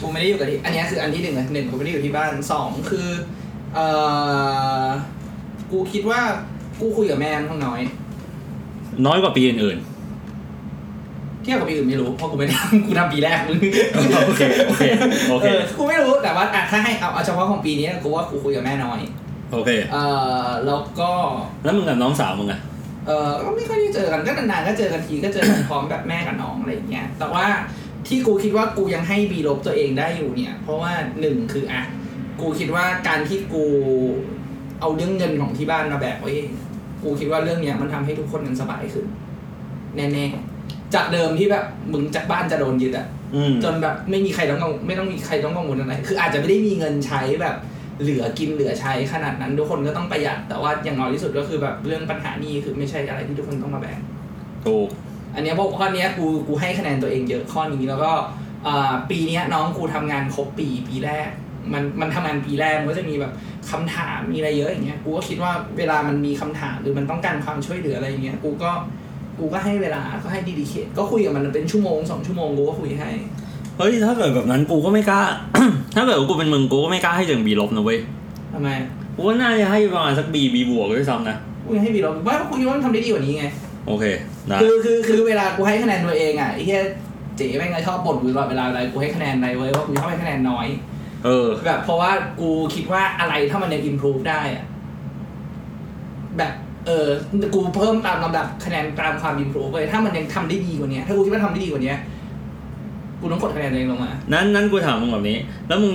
B: กูไม่ได้อยู่กับที่อันเนี้ยคืออันที่หนึ่งเลยหนึ่งกูไม่ได้อยู่ที่บ้านสองคือเออกูคิดว่ากูคุยกับแม่ค่อนข้างน้อย
A: น้อยกว่าปีอื่น
B: เทียบกับปีอื่นไม่รู้เพราะกูไม่ได้ กูทำปีแรกมึง
A: ๆ โอเค โอเค โอเค
B: เออกูไม่รู้แต่ว่าอ่ะถ้าให้เอาเอาเฉพาะของปีนี้กูว่ากูคุยกับแม่น้อย
A: โอเค
B: เออแล้วก็
A: แล้วมึงกับน้องสาวมึงอะ
B: เออก็ไม่ค่อยได้เจอกันก็นานๆก็เจอกันทีก็เจอกันพร้อมแบบแม่กับน้องอะไรอย่างเงี้ยแต่ว่าที่กูคิดว่ากูยังให้บีลบตัวเองได้อยู่เนี่ย เพราะว่าหนึ่งคืออ่ะกูคิดว่าการที่กูเอาเรื่องเงินของที่บ้านมาแบกไว้เองกูคิดว่าเรื่องเนี้ยมันทำให้ทุกคนมันสบายขึ้นแน่ๆจากเดิมที่แบบมึงจากบ้านจะโดนยึดอะ
A: อืม
B: จนแบบไม่มีใครต้องกังไม่ต้องมีใครต้องกังวลอะไร คืออาจจะไม่ได้มีเงินใช้แบบเหลือกินเหลือใช้ขนาดนั้น ทุกคนก็ต้องประหยัด แต่ว่าอย่างน้อยที่สุดก็คือแบบเรื่องปัญหานี้คือไม่ใช่อะไรที่ทุกคนต้องมาแบก
A: ถูก
B: อันเนี้ยพวกข้อเนี้ยกูกูให้คะแนนตัวเองเยอะข้อนี้แล้วก็อ่าปีเนี้ยน้องกูทำงานครบปีปีแรก มันมันทำงานปีแรกมันก็จะมีแบบคำถามมีอะไรเยอะอย่างเงี้ยกูก็คิดว่าเวลามันมีคำถามหรือมันต้องการความช่วยเหลืออะไรอย่างเงี้ยกูก็กูก็ให้เวลาก็ให้ดีดีเคทก็คุยกับมันเป็นชั่วโมงสองชั่วโมงกูก็คุยให้
A: เฮ้ย ถ้าเกิดแบบนั้นกูก็ไม่กล้า ถ้าเกิดกูเป็นมึงกูก็ไม่กล้าให้ตัวเอง B ลบนะเว้ย
B: ทำไม
A: กูว่าน่าจะให้ประมาณสัก B B บวกด้วยซ้ำนะ
B: กูยังให้บีลบว่ากูคิดว่ามันทำได้ดีกว่านี้ไง
A: โอเค ได้
B: คือคือคือเวลากูให้คะแนนตัวเองอ่ะไอ้เหี้ยเจ๊แม่งก็ชอบบ่นกูตลอดเวลาอะไรกูให้คะแนนอะไรเว้ยว่ากูชอบให้คะแนนน้อย
A: เออ
B: แบบเพราะว่ากูคิดว่าอะไรถ้ามันยัง improve ได้อ่ะแบบเออกูเพิ่มตามลำดับคะแนนตามความ improve เลยถ้ามันยังทำได้ดีกว่านี้ถ้ากูคิดว่าทำได้ดีกว่านี้กูต้องกดคะแนนตัวเองลงมา
A: นั้นนั้นกูถามมึงแบบนี้ แล้วมึง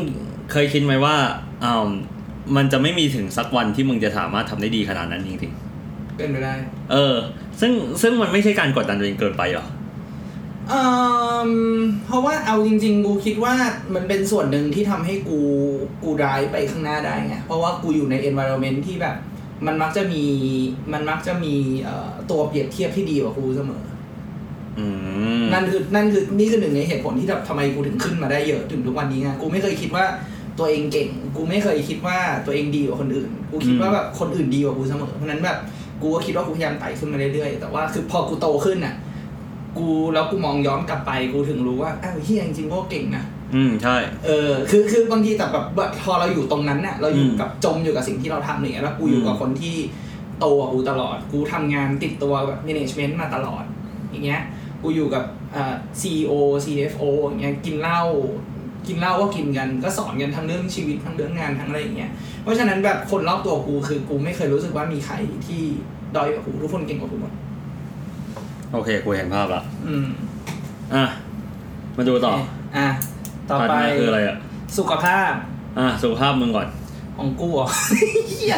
A: เคยคิดไหมว่าอ่ามันจะไม่มีถึงสักวันที่มึงจะสามารถทำได้ดีขนาดนั้นจริง
B: เป็นไปได้
A: ๆเออ ซึ่งซึ่งมันไม่ใช่การกดดันตัวเองเกินไปหรอ
B: เอิ่มเพราะว่าเอาจริง ๆ กูคิดว่ามันเป็นส่วนหนึ่งที่ทำให้กูกูไดายไปข้างหน้าได้ไงเพราะว่ากูอยู่ใน environment ที่แบบ มันมักจะมีมันมักจะมีเอ่อตัวเปรียบเทียบที่ดีกว่ากูเสมอ
A: อืม
B: นั่นคือนั่นคือนี่คือหนึ่งในเหตุผลที่แบบทำไมกูถึงขึ้นมาได้เยอะถึงทุกวันนี้ไงกูไม่เคยคิดว่าตัวเองเก่ง กูไม่เคยคิดว่าตัวเองดีกว่าคนอื่น กูคิดว่า
A: อืม
B: แบบคนอื่นดีกว่ากูเสมอเพราะฉะนั้นแบบกูก็คิดว่ากูพยายามไต่ขึ้นมาเรื่อยๆแต่ว่าคือพอกูโตขึ้นน่ะ กูแล้วกูมองย้อนกลับไปกูถึงรู้ว่าอ้าวเฮียจริงๆพวกเก่งนะ
A: อืม ใช่
B: เออคือคือบางทีแต่แบบแบบพอเราอยู่ตรงนั้นน่ะเราอยู่
A: อืม
B: กับจมอยู่กับสิ่งที่เราทำอย่างเงี้ยแล้วกูอยู่กับ
A: อืม
B: คนที่โตกว่ากูตลอด กูทำงานติดตัวแบบ management มาตลอด อย่างเงี้ย กูอยู่กับซีโอ CFO อย่างเงี้ย กินเหล้า กินเหล้าก็กินกัน ก็สอนกันทั้งเรื่องชีวิตทั้งเรื่องงานทั้งอะไรอย่างเงี้ย เพราะฉะนั้นแบบคนรอบตัวกูคือกูไม่เคยรู้สึกว่ามีใครที่ด้อยกว่ากูทุกคนเก่งกว่ากูหมด
A: โอเค กูเห็นภาพละ
B: อืม
A: อ่ะ มาดูต่อ
B: โเคอ่ะ ต่อ
A: ถัด
B: ไป
A: มาคืออะไรอ่ะ
B: สุขภาพ
A: อ่ะ สุขภาพมึงก่อน
B: ของกูเหรอ เหี้ย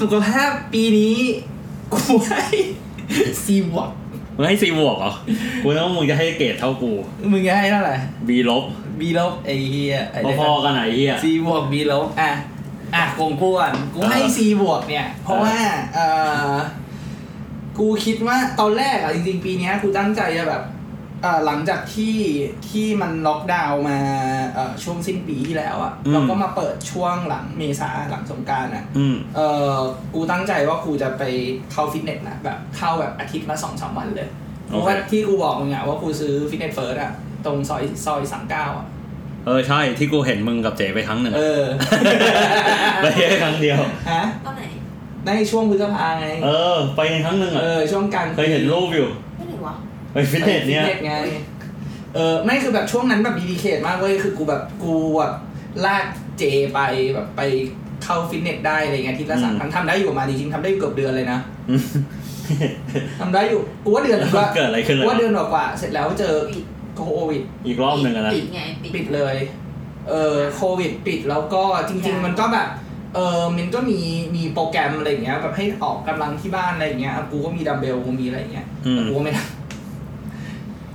B: สุขภาพปีนี้ กูให้ซีวอก
A: มึงให้ C บวกเห รอ กูนึกว่ามึงจะให้เกรดเท่ากู
B: มึงจะให้เท่าไหร่
A: B ลบ
B: B ลบไอ้เฮียไเด็ก
A: พอๆกันไหนเฮีย
B: ซีบวกบีลบอ่ะ อ่ะกงกูก่อนกูให้
A: เออ
B: ซีบวกเนี่ย เพราะว่าเออกูคิดว่าตอนแรกอ่ะ จริงๆ ปีเนี้ยกูตั้งใจจะแบบเอ่อหลังจากที่ที่มันล็อกดาวน์มาเอ่อช่วงสิ้นปีที่แล้วอ่ะเราก็มาเปิดช่วงหลังเมษาหลังสงกรารอ่ะ
A: อืม
B: เออกูตั้งใจว่ากูจะไปเข้าฟิตเนสนะแบบเข้าแบบอาทิตย์ละสองสามวันเลยเพ
A: โอเค
B: ราะว่าที่กูบอกมึงอ่ะว่ากูซื้อฟิตเนสเฟิร์สอ่ะตรงซอยซอยสามเก้าอ่ะ
A: เออ ใช่ ที่กูเห็นมึงกับเจไปครั้งหนึ่ง
B: เออ
A: ไปแค่ครั้งเดียว
B: ฮะ
C: ตอนไหน
B: ในช่วงพฤษภาไง
A: เออ ไปในครั้งหนึ่งอ่ะ
B: เออ ช่วงกลาง
A: เคยเห็นรูปอยู่
C: ไม่ถึงวะ
A: ไปฟิตเนสเนี่ย
B: ฟิตเนสไง เออ ไม่คือแบบช่วงนั้นแบบดีดีเคทมากเว้ย คือกูแบบกูแบบลากเจไปแบบไปเข้าฟิตเนสได้อะไรเงี้ยอาที่ละ
A: อืม
B: สามครั้งทำได้อยู่ประมาณจริงๆทำได้อยู่เกือบเดือนเลยนะ ทำได้อยู่กูว่าเดือนกว่า
A: เกิดอะไรขึ้น
B: กู
A: เลย
B: ว่าเดือนกว่าๆเสร็จแล้วเจอ
C: ปิด
B: โควิด
A: อีกรอบหนึ่งอะนะ
C: ปิดไงปิด
B: ปิดเลย เออโควิดปิดแล้วก็จริง
C: ใช่
B: ๆ มันก็แบบ เออมันก็มีมีโปรแกรมอะไรอย่างเงี้ยแบบให้ออกกำลังที่บ้านอะไรอย่างเงี้ยอ่ะกูก็มีดัมเบลกูมีอะไรอย่างเงี้ย
A: อืม
B: แต่กูก็ไม่ได้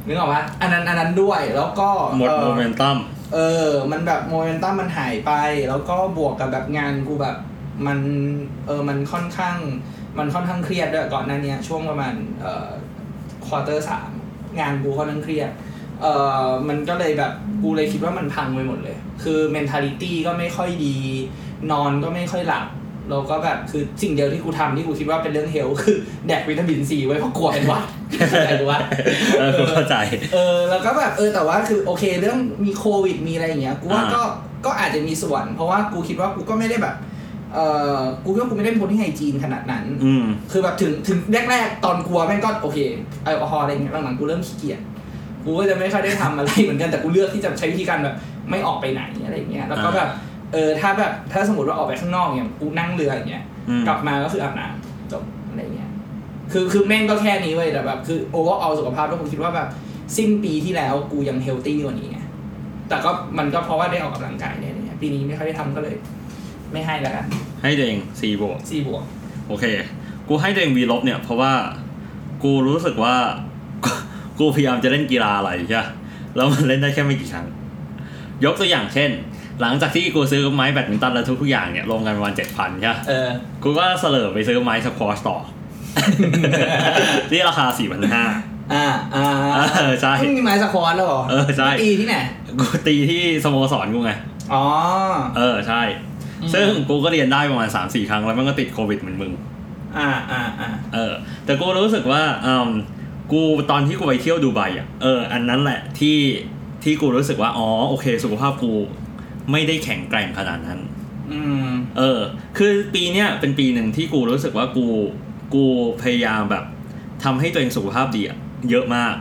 B: นึกออกปะอันนั้นอันนั้นด้วยแล้วก็
A: หมด
B: เอ่อ
A: โมเมนตัม
B: เออ มันแบบโมเมนตัมมันหายไป แล้วก็บวกกับแบบงานกูแบบ มันเออมันค่อนข้าง มันค่อนข้างเครียดด้วยก่อนหน้าเนี้ยช่วงประมาณเอ่อควอเตอร์สามงานกูค่อนข้างเครียด เอ่อมันก็เลยแบบกูเลยคิดว่ามันพังไปหมดเลย คือ mentality ก็ไม่ค่อยดี นอนก็ไม่ค่อยหลับแล้วก็แบบคือสิ่งเดียวที่กูทำที่กูคิดว่าเป็นเรื่องเฮลท์คือแดกวิตามินซีไว้เพราะกลัวเป็นหวัดอะไรวะ
A: เออเข้าใจ
B: เออแล้วก็แบบเออแต่ว่าคือโอเคเรื่องมีโควิดมีอะไรอย่างเงี้ยกูว่า
A: อ่า
B: ก็ก็อาจจะมีส่วน เพราะว่ากูคิดว่ากูก็ไม่ได้แบบเออกูคิดว่ากูไม่ได้เป็นคนที่ไฮจีนขนาดนั้น
A: อืม
B: คือแบบถึงถึงแรกๆ ตอนกลัวแม่งก็โอเคแอลกอฮอล์อะไรเงี้ยหลังๆกูเริ่มขี้เกียจกูก็จะไม่ค่อยได้ทำอะไร เหมือนกันแต่กูเลือกที่จะใช้วิธีการแบบไม่ออกไปไหนอะไรเงี้ยแล้วก็แบบเออถ้าแบบถ้าสมมติว่าออกไปข้างนอกเนี่ยกูนั่งเรืออย่างเงี้ย
A: อืม
B: กลับมาก็คืออาบน้ำจบอะไรเงี้ยคือคือแม่งก็แค่นี้เว้ยแต่แบบคือโอเวอร์อสุขภาพแล้วกูคิดว่าแบบสิ้นปีที่แล้วกูยังเฮลตี้กว่านี้ไงแต่ก็มันก็เพราะว่าได้ออกกำลังกายเนี่ยอะไรเงี้ยปีนี้ไม่ค่อยได้ทำก็เลย ไม่ให้แล้วกัน
A: ให้ตัวเองสี่บวก
B: ซีบวก
A: โอเค กูให้ตัวเองวีลบเนี่ยเพราะว่ากูรู้สึกว่า กูพยายามจะเล่นกีฬาอะไรใช่ปะแล้วมันเล่นได้แค่ไม่กี่ครั้ง ยกตัวอย่างเช่น หลังจากที่กูซื้อไม้แบดมินตันและทุกทุกๆอย่างเนี่ยรวมกันประมาณเจ็ดพันใช่ปะ
B: เออ
A: กูก็เสลิมไปซื้อไม้สควอชต่อ ที่ราคาสี่พันห้า
B: อ่าอ่าอ่า
A: เออใช่
B: ไม่มีไม้สะคอนแล้วเหรอ
A: เออใช่
B: ตีที่ไหน
A: กูตีที่สโมสรกูไง
B: อ๋อ
A: เออใช่
B: อืม
A: ซึ่งกูก็เรียนได้ประมาณ 3-4 ครั้งแล้วมันก็ติดโควิดเหมือนมึง
B: อ่าอ่าอ่า
A: เออแต่กูรู้สึกว่าอืมกูตอนที่กูไปเที่ยวดูไบอ่ะเอออันนั้นแหละที่ที่กูรู้สึกว่าอ๋อโอเค สุขภาพกูไม่ได้แข็งแกร่งขนาดนั้น
B: อืม
A: เออ คือปีเนี้ยเป็นปีหนึ่งที่กูรู้สึกว่ากูกูพยายามแบบทำให้ตัวเองสุขภาพดีอะเยอะมาก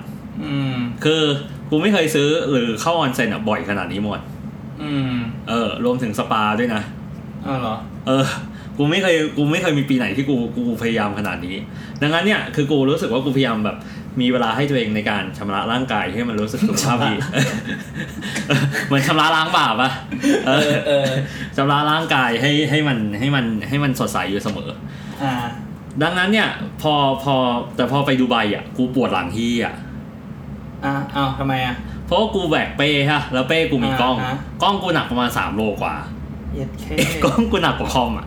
B: อืม
A: คือกูไม่เคยซื้อหรือเข้าออนเซ็นอะบ่อยขนาดนี้หมด
B: อืม
A: เออรวมถึงสปาด้วยนะ
B: เอาเหรอ
A: เออ กูไม่เคย กูไม่เคยมีปีไหนที่กู กูพยายามขนาดนี้ ดังนั้นเนี่ย คือกูรู้สึกว่ากูพยายามแบบ มีเวลาให้ตัวเองในการชำระร่างกายให้มันรู้สึกสุขภาพดี เหมือนชำระล้างบาปอะเอ
B: เอ
A: อ
B: อ เออ
A: ชำระร่างกายให้ให้มันให้มันให้มันสดใสอยู่เสมอ
B: อ่า
A: ดังนั้นเนี่ย พอพอแต่พอไปดูไบอ่ะ กูปวดหลังที่อ่ะ
B: อ่าเอาทำไมอ่ะ
A: เพราะว่ากูแบกเป้ฮะ แล้วเป้กูมีกล้อง
B: อ่าฮะ
A: กล้องกูหนักประมาณสามโลกว่า
B: เย็ดเค
A: กล้องกูหนักกว่าคอมอ่ะ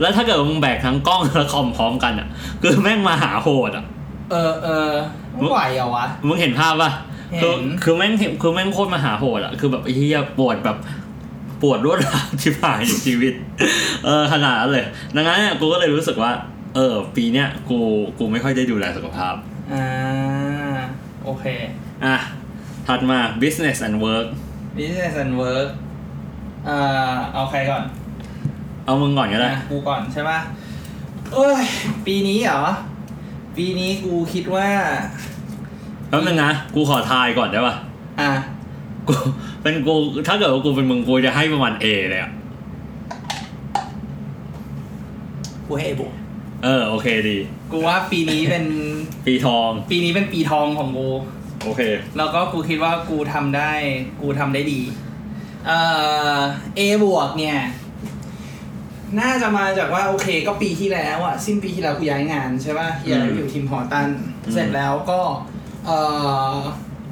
A: แล้วถ้าเกิดมึงแบกทั้งก ล้องและคอมพร้อมกันอ่ะ คือแม่งมาหาโหดอ่ะ
B: เออ เออไม่ไหวเหรอวะ
A: มึงเห็นภาพป่ะ คือ
B: เห็น
A: คือแม่งเห็นคือแม่งโคตรมาหาโหดอ่ะ คือแบบไอ้เฮียปวดแบบปวดรวดร้าวที่ผ่านในชีวิต เออขนาดนั้นเลย ดังนั้นเนี่ยกูก็เลยรู้สึกว่า เออ ปีเนี้ยกูกูไม่ค่อยได้ดูแลสุขภาพ
B: อ่า โอเค
A: อ่ะ ถัดมา business and work
B: business and work อ่า เอาใครก่อน
A: เอามึงก่อนก็ได้
B: อ่ะกูก่อนใช่ปะเอ้ย ปีนี้เหรอ ปีนี้กูคิดว่า
A: แป๊บนึงนะ กูขอทายก่อนได้ป่ะ
B: อ่า
A: กูเป็นกูถ้าเกิดว่ากูเป็นมึงกูจะให้ประมาณ A เลยอ่ะ
B: กูให้ไอ้บุก
A: เออ โอเคดี
B: กูว่าปีนี้เป็น
A: ปีทอง
B: ปีนี้เป็นปีทองของกู
A: โอเค
B: แล้วก็กูคิดว่ากูทำได้กูทำได้ดี เอ่อ A บวกเนี่ย น่าจะมาจากว่าโอเคก็ปีที่แล้วอะสิ้นปีที่แล้วกูย้ายงานใช่ป่ะย้ายไปอยู่ทีมหอตัน
A: อืม
B: เสร็จแล้วก็เอ่อ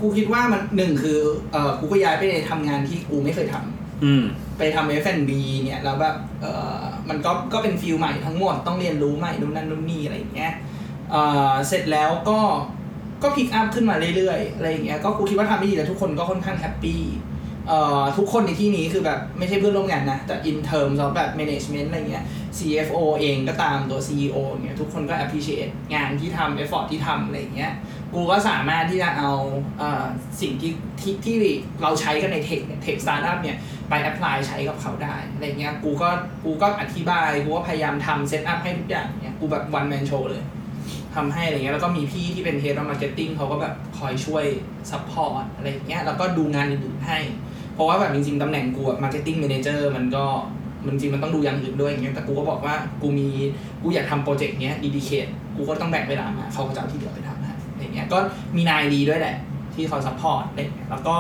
B: กูคิดว่ามันหนึ่งคือเอ่อกูก็ย้ายไปทำงานที่กูไม่เคยทำ
A: อืม
B: ไปทำ F&B เนี่ยแล้วแบบเออมันก็ก็เป็นฟิลใหม่ทั้งหมดต้องเรียนรู้ใหม่นู่นนั่นนู่นนี่อะไรอย่างเงี้ยเออเสร็จแล้วก็ก็พิกอัพขึ้นมาเรื่อยๆอะไรอย่างเงี้ยก็กูคิดว่าทำได้ดีแต่ทุกคนก็ค่อนข้างแฮปปี้เอ่อทุกคนในที่นี้คือแบบไม่ใช่เพื่อนร่วมงานนะ แต่ in terms of แบบ management อะไรเงี้ย CFO เองก็ตามตัว CEO เงี้ยทุกคนก็ appreciate งานที่ทำ effort ที่ทำอะไรอย่างเงี้ย กูก็สามารถที่จะเอาเอ่อสิ่งที่ที่ที่เราใช้กันในเทคเทคสตาร์ทอัพเนี่ย ไปแอพพลายใช้กับเขาได้อะไรเงี้ย กูก็กูก็อธิบาย กูก็พยายามทำเซตอัพให้ทุกอย่างเนี่ย กูแบบวันแมนโชเลยทำให้อะไรเงี้ย แล้วก็มีพี่ที่เป็นเฮดมาร์เก็ตติ้งเขาก็แบบคอยช่วยซัพพอร์ตอะไรเงี้ย แล้วก็ดูงานอื่นๆให้ เพราะว่าแบบจริงๆตำแหน่งกูมาร์เก็ตติ้งเมเนเจอร์มันก็ มันจริงมันต้องดูอย่างอื่นด้วยอย่างเงี้ยแต่กูก็บอกว่ากูมีกูอยากทำโปรเจกต์เนี้ยดีดีเคทกูก็ต้องแบ่งเวลามาเขาก็จะเอาที่เหลือไปทำนะอย่างเงี้ยก็มีนายดีด้วยแหละที่เขาซัพพอร์ตอะไรเงี้ยแล้วก็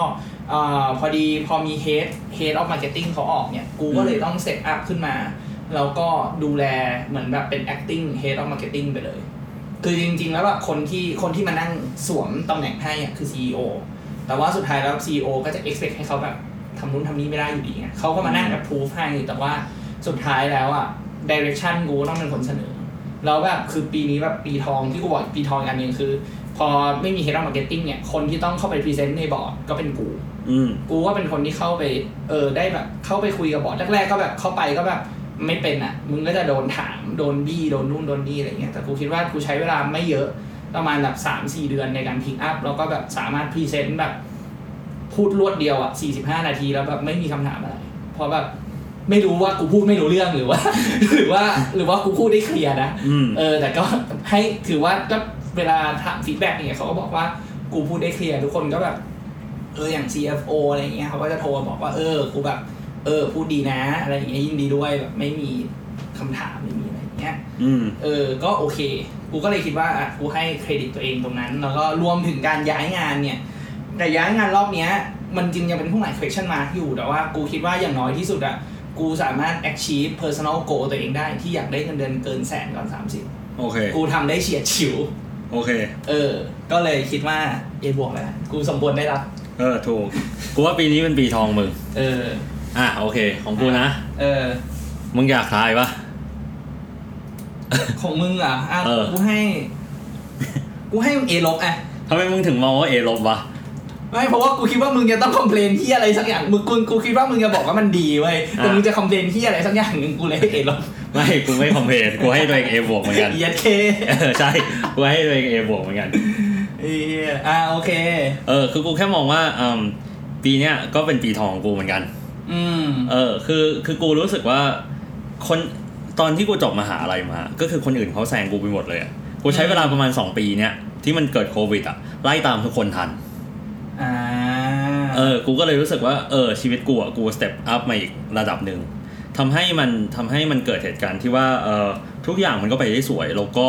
B: เอ่อพอดีพอมีเฮดเฮดออฟมาร์เก็ตติ้งเขาออกเนี่ยกูก็เลยต้องเซตอัพขึ้นมา แล้วก็ดูแลเหมือนแบบเป็น acting head of marketing ไปเลย คือจริงๆ แล้วแบบคนที่คนที่มานั่งสวมตำแหน่งให้อะคือ CEO แต่ว่าสุดท้ายแล้ว CEO ก็จะ expect ให้เขาแบบทำนู้นทำนี้ไม่ได้อยู่ดีไงเขาก็มานั่ง approve ให้ แต่ว่าสุดท้ายแล้วอะ direction กูต้องเป็นคนเสนอ แล้วแบบคือปีนี้แบบปีทองที่กูบอกปีทองอีกอันหนึงคือ พอไม่มี head of marketing เนี่ย คนที่ต้องเข้าไป present ในบอร์ดก็เป็นกู
A: อืม
B: กูก็เป็นคนที่เข้าไปเออได้แบบเข้าไปคุยกับบอสแรกๆก็แบบเข้าไปก็แบบไม่เป็นอ่ะ มึงก็จะโดนถามโดนบี้โดนนู่นโดนนี่อะไรเงี้ยแต่กูคิดว่ากูใช้เวลาไม่เยอะประมาณแบบสามสี่เดือนในการพิกอัพแล้วก็แบบสามารถพรีเซนต์แบบพูดรวดเดียวอ่ะสี่สิบห้านาทีแล้วแบบไม่มีคำถามอะไร เพราะแบบไม่รู้ว่ากูพูดไม่รู้เรื่องหรือว่า หรือว่าหรือว่ากูพูดได้เคลียร์นะ
A: อืม
B: เออแต่ก็ให้ถือว่าก็เวลาถามฟีดแบ็กเนี่ยเขาก็บอกว่ากูพูดได้เคลียร์ทุกคนก็แบบ เอออย่าง CFO อะไรเงี้ยเขาก็จะโทรมาบอกว่าเออกูแบบ เออพูดดีนะ อะไรอย่างเงี้ยยินดีด้วยแบบไม่มีคำถามไม่มีอะไรอย่างเงี้ย
A: อืม
B: เออ ก็โอเค กูก็เลยคิดว่าอ่ะกูให้เครดิตตัวเองตรงนั้น แล้วก็รวมถึงการย้ายงานเนี่ย แต่ย้ายงานรอบเนี้ย มันจริงยังเป็นพวกไหน question mark อยู่ แต่ว่ากูคิดว่าอย่างน้อยที่สุดอะกูสามารถ achieve personal goal ตัวเองได้ที่อยากได้เงินเดือนเกินแสนก่อน30
A: โอเค
B: กูทำได้เฉียดฉิว
A: โอเค
B: เออ ก็เลยคิดว่าเอบวกแล้วนะกูสมบูรณ์ได้รับ
A: เออ ถูก กูว่าปีนี้เป็นปีทองมึง
B: เออ
A: อ่ะ โอเค ของกูนะ
B: เออ
A: มึงอยากทายปะ
B: ของมึงเหรออ่ะ
A: เออ
B: กูให้ กูให้มึงเอลบอ่ะ
A: ทำไมมึงถึงมองว่าเอลบวะ
B: ไม่เพราะว่ากูคิดว่ามึงจะต้องคอมเพลนที่อะไรสักอย่างมึงกูกูคิดว่ามึงจะบอกว่ามันดีเว้ยแต่
A: อ่ามึ
B: มึงจะคอมเพลนที่อะไรสักอย่างหนึ่งกูเลยให้เอลบ
A: ไม่ กูไม่คอมเพลนกูให้ตัวเองเอบวกเหมือนกัน
B: เยดเค
A: เออ ใช่ กูให้ตัวเองเอบวกเหมือนกัน
B: เอียอ่าโอเค
A: เออ คือกูแค่มองว่าอืมปีเนี้ยก็เป็นปีทองของกูเหมือนกัน
B: อืม
A: เออ คือ คือกูรู้สึกว่า คน ตอนที่กูจบมหาลัยมา ก็คือคนอื่นเขาแซงกูไปหมดเลยอะกูใช้เวลาประมาณ 2 ปีเนี้ยที่มันเกิดโควิดอะไล่ตามทุกคนทัน
B: อ่า
A: เออ กูก็เลยรู้สึกว่า เออ ชีวิตกูอ่ะ กูสเต็ปอัพมาอีกระดับหนึ่งทำให้มันทำให้มันเกิดเหตุการณ์ที่ว่า เออทุกอย่างมันก็ไปได้สวย แล้วก็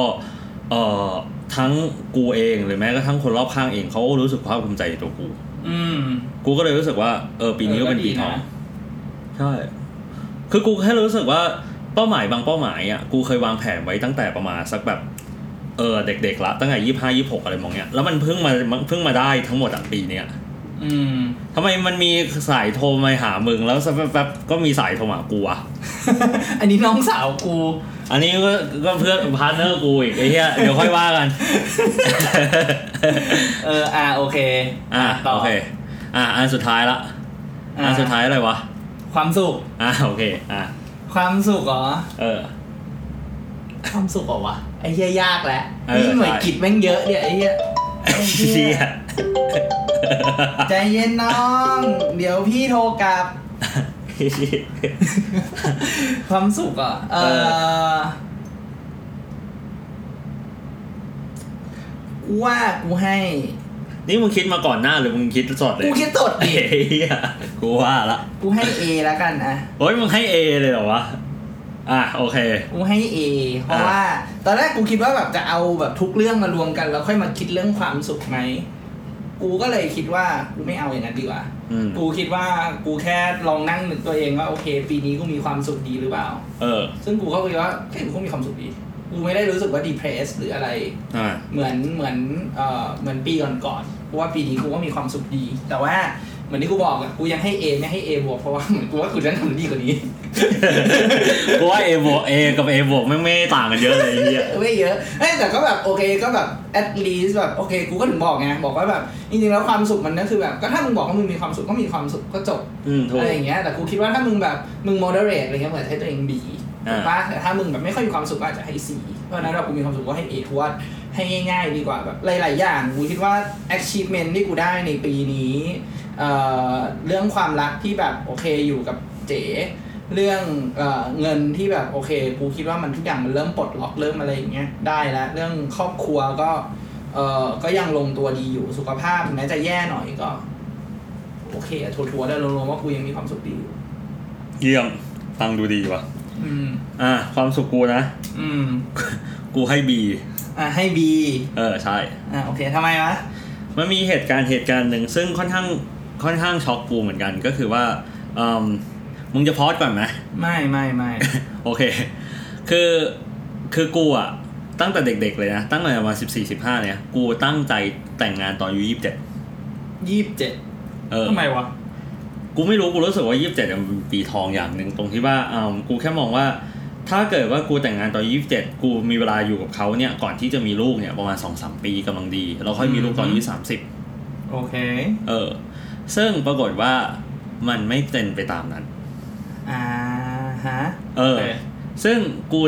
A: เออทั้งกูเองหรือแม้กระทั่งคนรอบข้างเองเขาก็รู้สึกภาคภูมิใจในตัวกู
B: อืม
A: กูก็เลยรู้สึกว่า เออ ปีนี้ก็เป็นปีทอง
B: นะ
A: ใช่ คือกูแค่รู้สึกว่าเป้าหมายบางเป้าหมายอ่ะ กูเคยวางแผนไว้ตั้งแต่ประมาณสักแบบ เออ เด็กๆละ ตั้งแต่ยี่ห้ายี่หกอะไรมองเนี้ย แล้วมันเพิ่งมา เพิ่งมาได้ทั้งหมดอ่ะปีเนี้ย
B: อืม
A: ทำไมมันมีสายโทรมาหามึงแล้วสักแป๊บๆก็มีสายโทรมาหากูอะ
B: อันนี้น้องสาวกู
A: อันนี้ก็ก็เพื่อนพาร์ทเนอร์กูอีกไอ้เหี้ยเดี๋ยวค่อยว่ากัน
B: เอออ่าโอเค
A: อ่ะ
B: ต่อ
A: โอเค อ่ะอันสุดท้ายละ
B: อ่า
A: อันสุดท้ายอะไรวะ
B: ความสุข
A: อ่ะโอเคอ่ะ
B: ความสุขเหรอ
A: เออ
B: ความสุขเหรอวะไอ้เหี้ยยากแล้ว
A: เออ
B: นี่หน่วย
A: ใช่
B: กิจแม่งเยอะเนี่ยไอ้เหี้ย ไอ้เหี้ย
A: เชี่ย
B: ใจเย็นน้อง เดี๋ยวพี่โทรกลับ ความสุขเหรอ่ะเออกูว่ากูให้
A: นี่มึงคิดมาก่อนหน้าหรือมึงคิดสดเลย
B: กูคิดสด
A: ไอ้
B: ดิ
A: เหี้ยกูว่าละ
B: กูให้ A แล้วกันอ่ะ
A: โอ้ยมึงให้เอเลยเหรอวะอ่ะโอเค
B: กูให้ A เพราะ
A: อ่ะ
B: ว่า ตอนแรกกูคิดว่าแบบจะเอาแบบทุกเรื่องมารวมกัน แล้วค่อยมาคิดเรื่องความสุขไหม กูก็เลยคิดว่ากูไม่เอาอย่างนั้นดีกว่า
A: อืม
B: กูคิดว่ากูแค่ลองนั่งนึกตัวเองว่าโอเค ปีนี้กูมีความสุขดีหรือเปล่า
A: เออ
B: ซึ่งกูก็คิดว่าเฮ้ยกูก็มีความสุขดี กูไม่ได้รู้สึกว่า depressed หรืออะไร
A: อ่ะ
B: เหมือนเหมือนเอ่อเหมือนปีก่อนๆเพราะว่าปีนี้กูก็มีความสุขดี แต่ว่าเหมือนที่กูบอกอะกูยังให้ A ไม่ให้ A บวกเพราะว่าเหมือนกูว่ากูจะทำดีกว่านี้
A: กูว่าเอบวกเอกับเอบวกไม่งไม่ต่างกันเยอะเลยไอ้เหี้ย
B: ไม่เยอะเอ้ยแต่ก็แบบโอเคก็แบบ at least แบบโอเคกูก็ถึงบอกไงบอกว่าแบบจริงๆแล้วความสุขมันก็คือแบบก็ถ้ามึงบอกว่ามึงมีความสุขก็มีความสุขก็จบ
A: อืมถูก
B: อะไรอย่างเงี้ยแต่กูคิดว่าถ้ามึงแบบมึง moderate อะไรเงี้ยเหมือนให้ตัวเอง B ถูกปะแต่ถ้ามึงแบบไม่ค่อยมีความสุขก็อาจจะให้ C เพราะฉะนั้นเรากูมีความสุขก็ให้ A เพราะว่าให้ง่ายๆดีกว่าแบบหลาย ๆ อย่างกูคิดว่า achievement ที่กูได้ในปีนี้เอ่อเรื่องความรักที่แบบโอเคอยู่กับเจ๋เรื่องเอ่อเงินที่แบบโอเคกูคิดว่ามันทุกอย่างมันเริ่มปลดล็อกเริ่มอะไรอย่างเงี้ยได้แล้วเรื่องครอบครัวก็เอ่อก็ยังลงตัวดีอยู่สุขภาพแม้จะแย่หน่อยก็ โอเคอะทัวร์ๆได้รวมๆว่ากูยังมีความสุขดีอยู่
A: เยี่ยม ฟังดูดีว่ะ
B: อืม
A: อ่ะความสุขกูนะ
B: อืม
A: กูให้บี
B: อ่ะให้บี
A: เออใช่
B: อ่ะโอเคทำไมวะ
A: มันมีเหตุการณ์เหตุการณ์หนึ่งซึ่งค่อนข้างค่อนข้างช็อกกูเหมือนกันก็คือว่าเอ่มมึงจะพอดก่อนไหม
B: ไม่ไม่ไม่
A: โอเค คือ คือกูอะตั้งแต่เด็กๆเลยนะ ตั้งแต่ประมาณสิบสี่สิบห้าเนี่ย กูตั้งใจแต่งงานตอนอายุยี่สิบเจ็ด
B: ยี่สิบเจ็ด
A: เออ
B: ทำไมวะ
A: กูไม่รู้ กูรู้สึกว่ายี่สิบเจ็ดมันเป็นปีทองอย่างหนึ่งตรงที่ว่าอ่ากูแค่มองว่า ถ้าเกิดว่ากูแต่งงานตอนยี่สิบเจ็ดกูมีเวลาอยู่กับเขาเนี่ย ก่อนที่จะมีลูกเนี่ยประมาณสองสามปีกำลังดีแล้วค่อยมีลูกตอนอายุสามสิบ
B: โอเค
A: เออ ซึ่งปรากฏว่ามันไม่เป็นไปตามนั้น
B: อ่าฮะ
A: เออ
B: โอเค
A: ซึ่งกู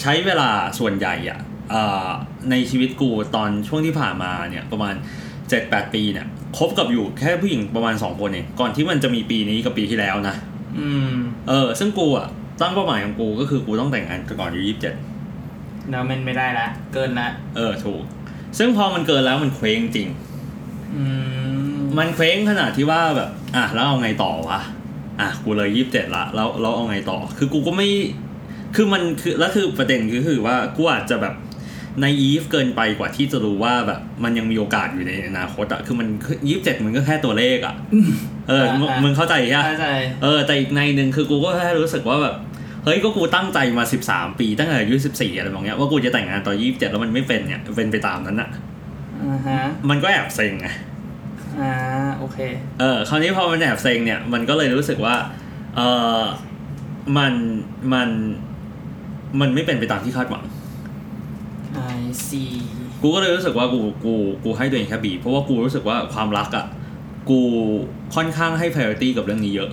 A: ใช้เวลาส่วนใหญ่อะเอ่อในชีวิตกูตอนช่วงที่ผ่านมาเนี่ยประมาณ 7-8 ปีเนี่ยคบกับอยู่แค่ผู้หญิงประมาณ 2 คนเอง ก่อนที่มันจะมีปีนี้กับปีที่แล้วนะ
B: อืม
A: เออ ซึ่งกูอะตั้งเป้าหมายของกูก็คือกูต้องแต่งงานก่อนอายุยี่สิบเจ็ด
B: แล้วมันไม่ได้ละ เกินละ
A: เออ ถูก ซึ่งพอมันเกินแล้วมันเคว้งจริง
B: อืม
A: มันเคว้งขนาดที่ว่าแบบ อ่ะแล้วเอาไงต่อวะ อ่ะกูเลยยี่สิบเจ็ดละแล้วแล้วเอาไงต่อ คือกูก็ไม่ คือมันคือแล้วคือประเด็นคือคือว่ากูอาจจะแบบในอีฟเกินไปกว่าที่จะรู้ว่าแบบ มันยังมีโอกาสอยู่ในอนาคตอะคือมันยี่สิบเจ็ดมันก็แค่ตัวเลขอะเออมึง
B: อ่าอ่ามึ
A: มึงเข้าใจใช่ปะ
B: เข้าใจ
A: เออ แต่อีกในหนึ่งคือกูก็แค่รู้สึกว่าแบบ เฮ้ยก็กูตั้งใจมา 13 ปีตั้งแต่อายุ14อะไรแบบเนี้ยว่ากูจะแต่งงานตอน27 แล้วมันไม่เป็นเนี่ยเป็นไปตามนั้นอะ
B: อ่าฮะ
A: มันก็แอบเซ็งไง
B: อ่า โอเค
A: เออคราวนี้พอมันแอบเซ็งเนี่ยมันก็เลยรู้สึกว่าเออมันมันมันไม่เป็นไปตามที่คาดหวัง
B: I see
A: กูก็เลยรู้สึกว่ากูกูกูให้ตัวเองแค่บีเพราะว่ากูรู้สึกว่าความรักอะ่ะกูค่อนข้างให้ priority กับเรื่องนี้เยอะ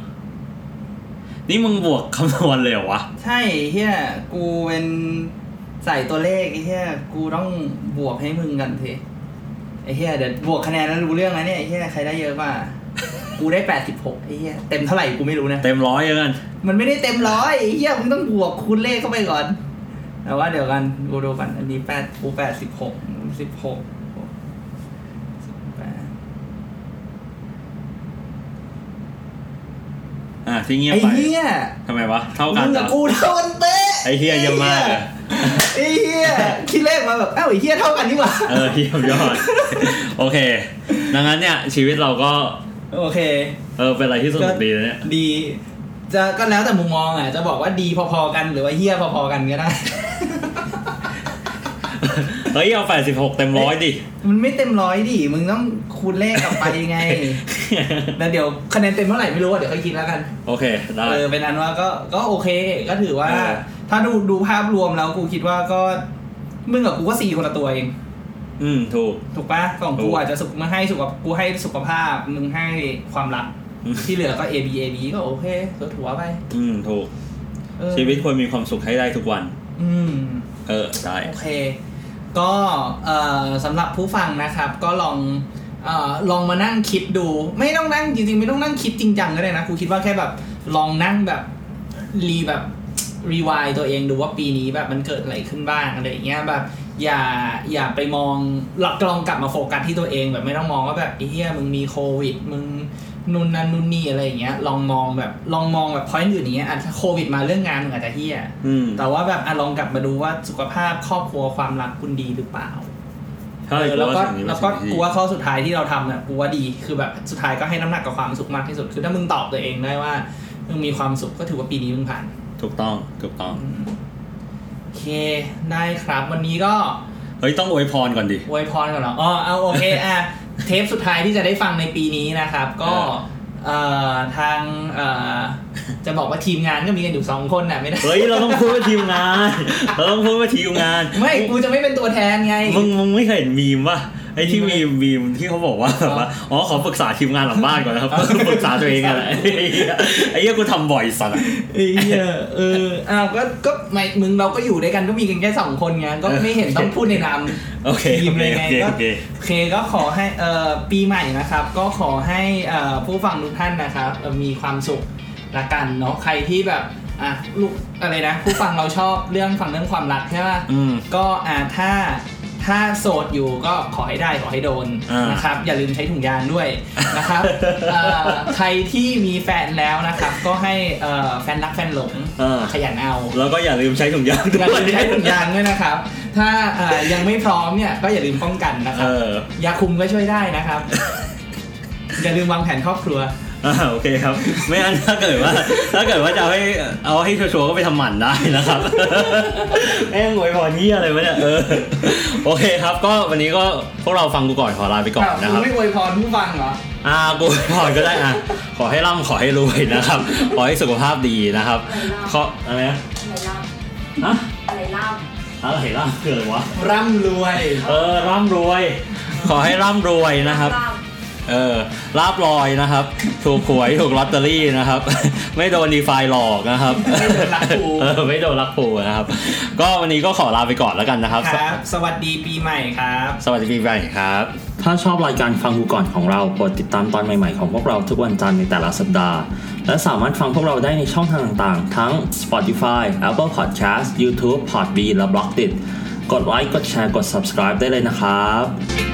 A: นี่มึงบวกคำนวณเลยเหรอวะ
B: ใช่เฮียกูเป็นใส่ตัวเลขไอ้เฮียกูต้องบวกให้มึงกันทีไอ้เฮียเดี๋ยวบวกคะแนนแล้วรู้เรื่องนะเนี่ยไอ้เฮียใครได้เยอะกว่า กูได้แปดสิบหกไอ้เฮียเต็มเท่าไหร่กูไม่รู้นะ
A: เต็มร้อยเลยกัน
B: มันไม่ได้เต็มร้อยไอ้เฮียมึงต้องบวกคูณเลขเข้าไปก่อน แต่ว่าเดี๋ยวกันกูดูกันอันนี้แปดกูแปดสิบหกสิบหกสิบแปด
A: อ่ะที่เงียบ
B: ไอ้
A: ไป
B: เฮีย
A: ทำไมวะเท่ากั
B: มึ
A: น
B: ง
A: เหร
B: กับ
A: อ
B: กูเท่ากันเตะ
A: ไอ้เฮียเยี่ยมมากอะ
B: ไอ้เฮียคิดเลขมาแบบเอ้าไอ้เฮียเท่ากันนี่หว่า
A: เออเยี่ยมยอดโอเค ดังนั้นเนี่ยชีวิตเราก็
B: โอเค
A: เออเป็นอะไรที่สนุกดีนะเนี่ย
B: ดี จะก็แล้วแต่มุมมองอ่ะ จะบอกว่าดีพอๆกันหรือว่าเฮี้ยพอๆกันก็ได้
A: เฮ้ยเอา 86 เต็มร้อยดิ
B: มันไม่เต็มร้อยดิ มึงต้องคูณเลขกลับไปไง แล้วเดี๋ยวคะแนนเต็มเท่าไหร่ไม่รู้อะเดี๋ยวค่อยคิดแล้วกัน
A: โอเค ได้
B: เออเป็นอันว่าก็ก็โอเค ก็ถือว่า
A: เออ
B: ถ้าดูดูภาพรวมแล้วกูคิดว่าก็มึงกับกูก็สี่คนละตัวเอง
A: อืม ถูก
B: ถูกปะของกู
A: ถูก
B: อาจจะสุขมึงให้สุขกูให้สุขภาพมึงให้ความรัก
A: อืม
B: ที่เหลือก็ A B A B ก็โอเคก็ถัวไป
A: อืม ถูก
B: เออ
A: ชีวิตควรมีความสุขให้ได้ทุกวัน
B: อืม
A: เออ ได้
B: โอเค ก็เอ่อสำหรับผู้ฟังนะครับก็ลองเอ่อลองมานั่งคิดดู ไม่ต้องนั่งจริงๆ ไม่ต้องนั่งคิดจริงจังก็ได้นะกูคิดว่าแค่แบบลองนั่งแบบรีแบบรีวายตัวเองดูว่าปีนี้แบบมันเกิดอะไรขึ้นบ้างอะไรอย่างเงี้ยแบบอย่าอย่าไปมองหลักลองกลับมาโฟกัสที่ตัวเองแบบไม่ต้องมองว่าแบบไอ้เฮียมึงมีโควิดมึงนู่นนั่นนู่นนี่อะไรอย่างเงี้ยลองมองแบบลองมองแบบพอยต์อื่นอย่างเงี้ยอ่ะถ้าโควิดมาเรื่องงานมึงอาจจะเฮีย
A: อืม
B: แต่ว่าแบบอะลองกลับมาดูว่าสุขภาพครอบครัวความรักคุณดีหรือเปล่า
A: ใช่
B: เออ
A: กู
B: แล้ว
A: ว่า
B: ก็
A: สิ่งนี้มั
B: แล้
A: น
B: วก็
A: สิ่งที่
B: กูว่าข้อสุดท้ายที่เราทำเนี่ยกูว่าดีคือแบบสุดท้ายก็ให้น้ำหนักกับความสุขมากที่สุด คือถ้ามึงตอบตัวเองได้ว่ามึงมีความสุขก็ถือว่าปีนี้มึงผ่าน
A: ถูกต้อง ถูกต้อง
B: โอเคได้ครับ วันนี้ก็
A: เฮ้ย ต้องอวยพรก่อนดิ
B: อวยพรกันเหรออ๋อเอาโอเคอ่ะ เทปสุดท้ายที่จะได้ฟังในปีนี้นะครับ ก็เอ่อทางเอ่อจะบอกว่าทีมงานก็มีกันอยู่สองคนน่ะไม่ได้
A: เฮ้ย เราต้องพูดว่าทีมงาน เราต้องพูดว่าทีมงาน
B: ไม่กูจะไม่เป็นตัวแทนไง
A: มึง มึงไม่เคยเห็นมีมป่ะ ไอ้ที่
B: มี
A: มี
B: ไห
A: ม
B: ม
A: มีมที่เขาบอกว่าแบบว่า อ๋อ ขอปรึกษาทีมงานหลังบ้านก่อนนะครับ ปรึกษาตัวเองอะไร ไอ้เหี้ยกูทำบ่อยสัตว์อะ
B: ไอ้เหี้ยเอออ้าวก็ก็ไม่มึงเราก็อยู่ด้วยกันก็มีกันแค่สองคนไงก็ไม่เห็นต้องพูดในนาม
A: โอเค
B: ทีมเลยไง
A: โอเคโอ
B: ก็
A: เค
B: โอเคก็ขอให้เอ่อปีใหม่นะครับ ก็ขอให้เอ่อผู้ฟังทุกท่านนะครับเอ่อมีความสุขละกันเนาะใครที่แบบอ่ะลูกอะไรนะ ผู้ฟังเราชอบเรื่องฟังเรื่องความรักใช่ป่ะ
A: อืม
B: ก็อ่ะถ้า ถ้าโสดอยู่ก็ขอให้ได้ขอให้โดน
A: อ่าน
B: นะครับ อย่าลืมใช้ถุงยางด้วย นะครับ เอ่อใครที่มีแฟนแล้วนะครับ ก็ให้เอ่อแฟนรักแฟนหลง
A: เออ
B: ขยันเอา
A: แล้วก็อย่าลืมใช้ถุงยางด้
B: อย่าลืมใช้ถุง
A: วย
B: ยางด้วยนะครับ ถ้าเอ่อยังไม่พร้อมเนี่ยก็อย่าลืมป้องกันนะค
A: เอ
B: รับ
A: อย
B: าคุมก็ช่วยได้นะครับ อย่าลืมวางแผนครอบครัว
A: อ่าโอเคครับ ไม่งั้นถ้าเกิดว่า ถ้าเกิดว่าจะเอาให้เอาให้ชัวร์ๆก็ไปทำหมันได้นะครับ แม่งหวยพอนี่อะไรวะเนี่ยเออโอเคครับ ก็วันนี้ก็พวกเราฟังกูก่อนขอลาไปก่อนนะครับ
B: ณไม่อวยพรผู้ฟังเหรอ
A: อ่ากูพอก็ได้อ่ะ ขอให้ร่ำขอให้รวยนะครับ ขอให้สุขภาพดีนะครับขออะไรนะ
C: อะไรล่ำ
A: ฮะ
C: อะไร
A: อะไร
C: ล่
A: ร่ำคืออะไรวะ
B: ร่ำรวย
A: เออร่ำรวย ขอให้ร่ำรวย
C: ำ
A: นะครับ
C: ล่ำ
A: เออลาบลอยนะครับ ถูกหวยถูกลอตเตอรี่นะครับ ไม่โดนดีฟายหลอกนะครับ
B: ไม่โดนลักปู
A: เออไม่โดนลักปูนะครับ ก็วันนี้ก็ขอลาไปก่อนแล้วกันนะครับ
B: ครับ สวัสดีปีใหม่ครับ
A: สวัสดีปีใหม่ครับ ถ้าชอบรายการฟังกูก่อนของเราโปรดติดตามตอนใหม่ๆของพวกเราทุกวันจันทร์ในแต่ละสัปดาห์ และสามารถฟังพวกเราได้ในช่องทางต่างๆ ทั้ง Spotify, Apple Podcast, YouTube, Podbean และ b l o g d i t กดไลค์ กดแชร์ กด subscribe ได้เลยนะครับ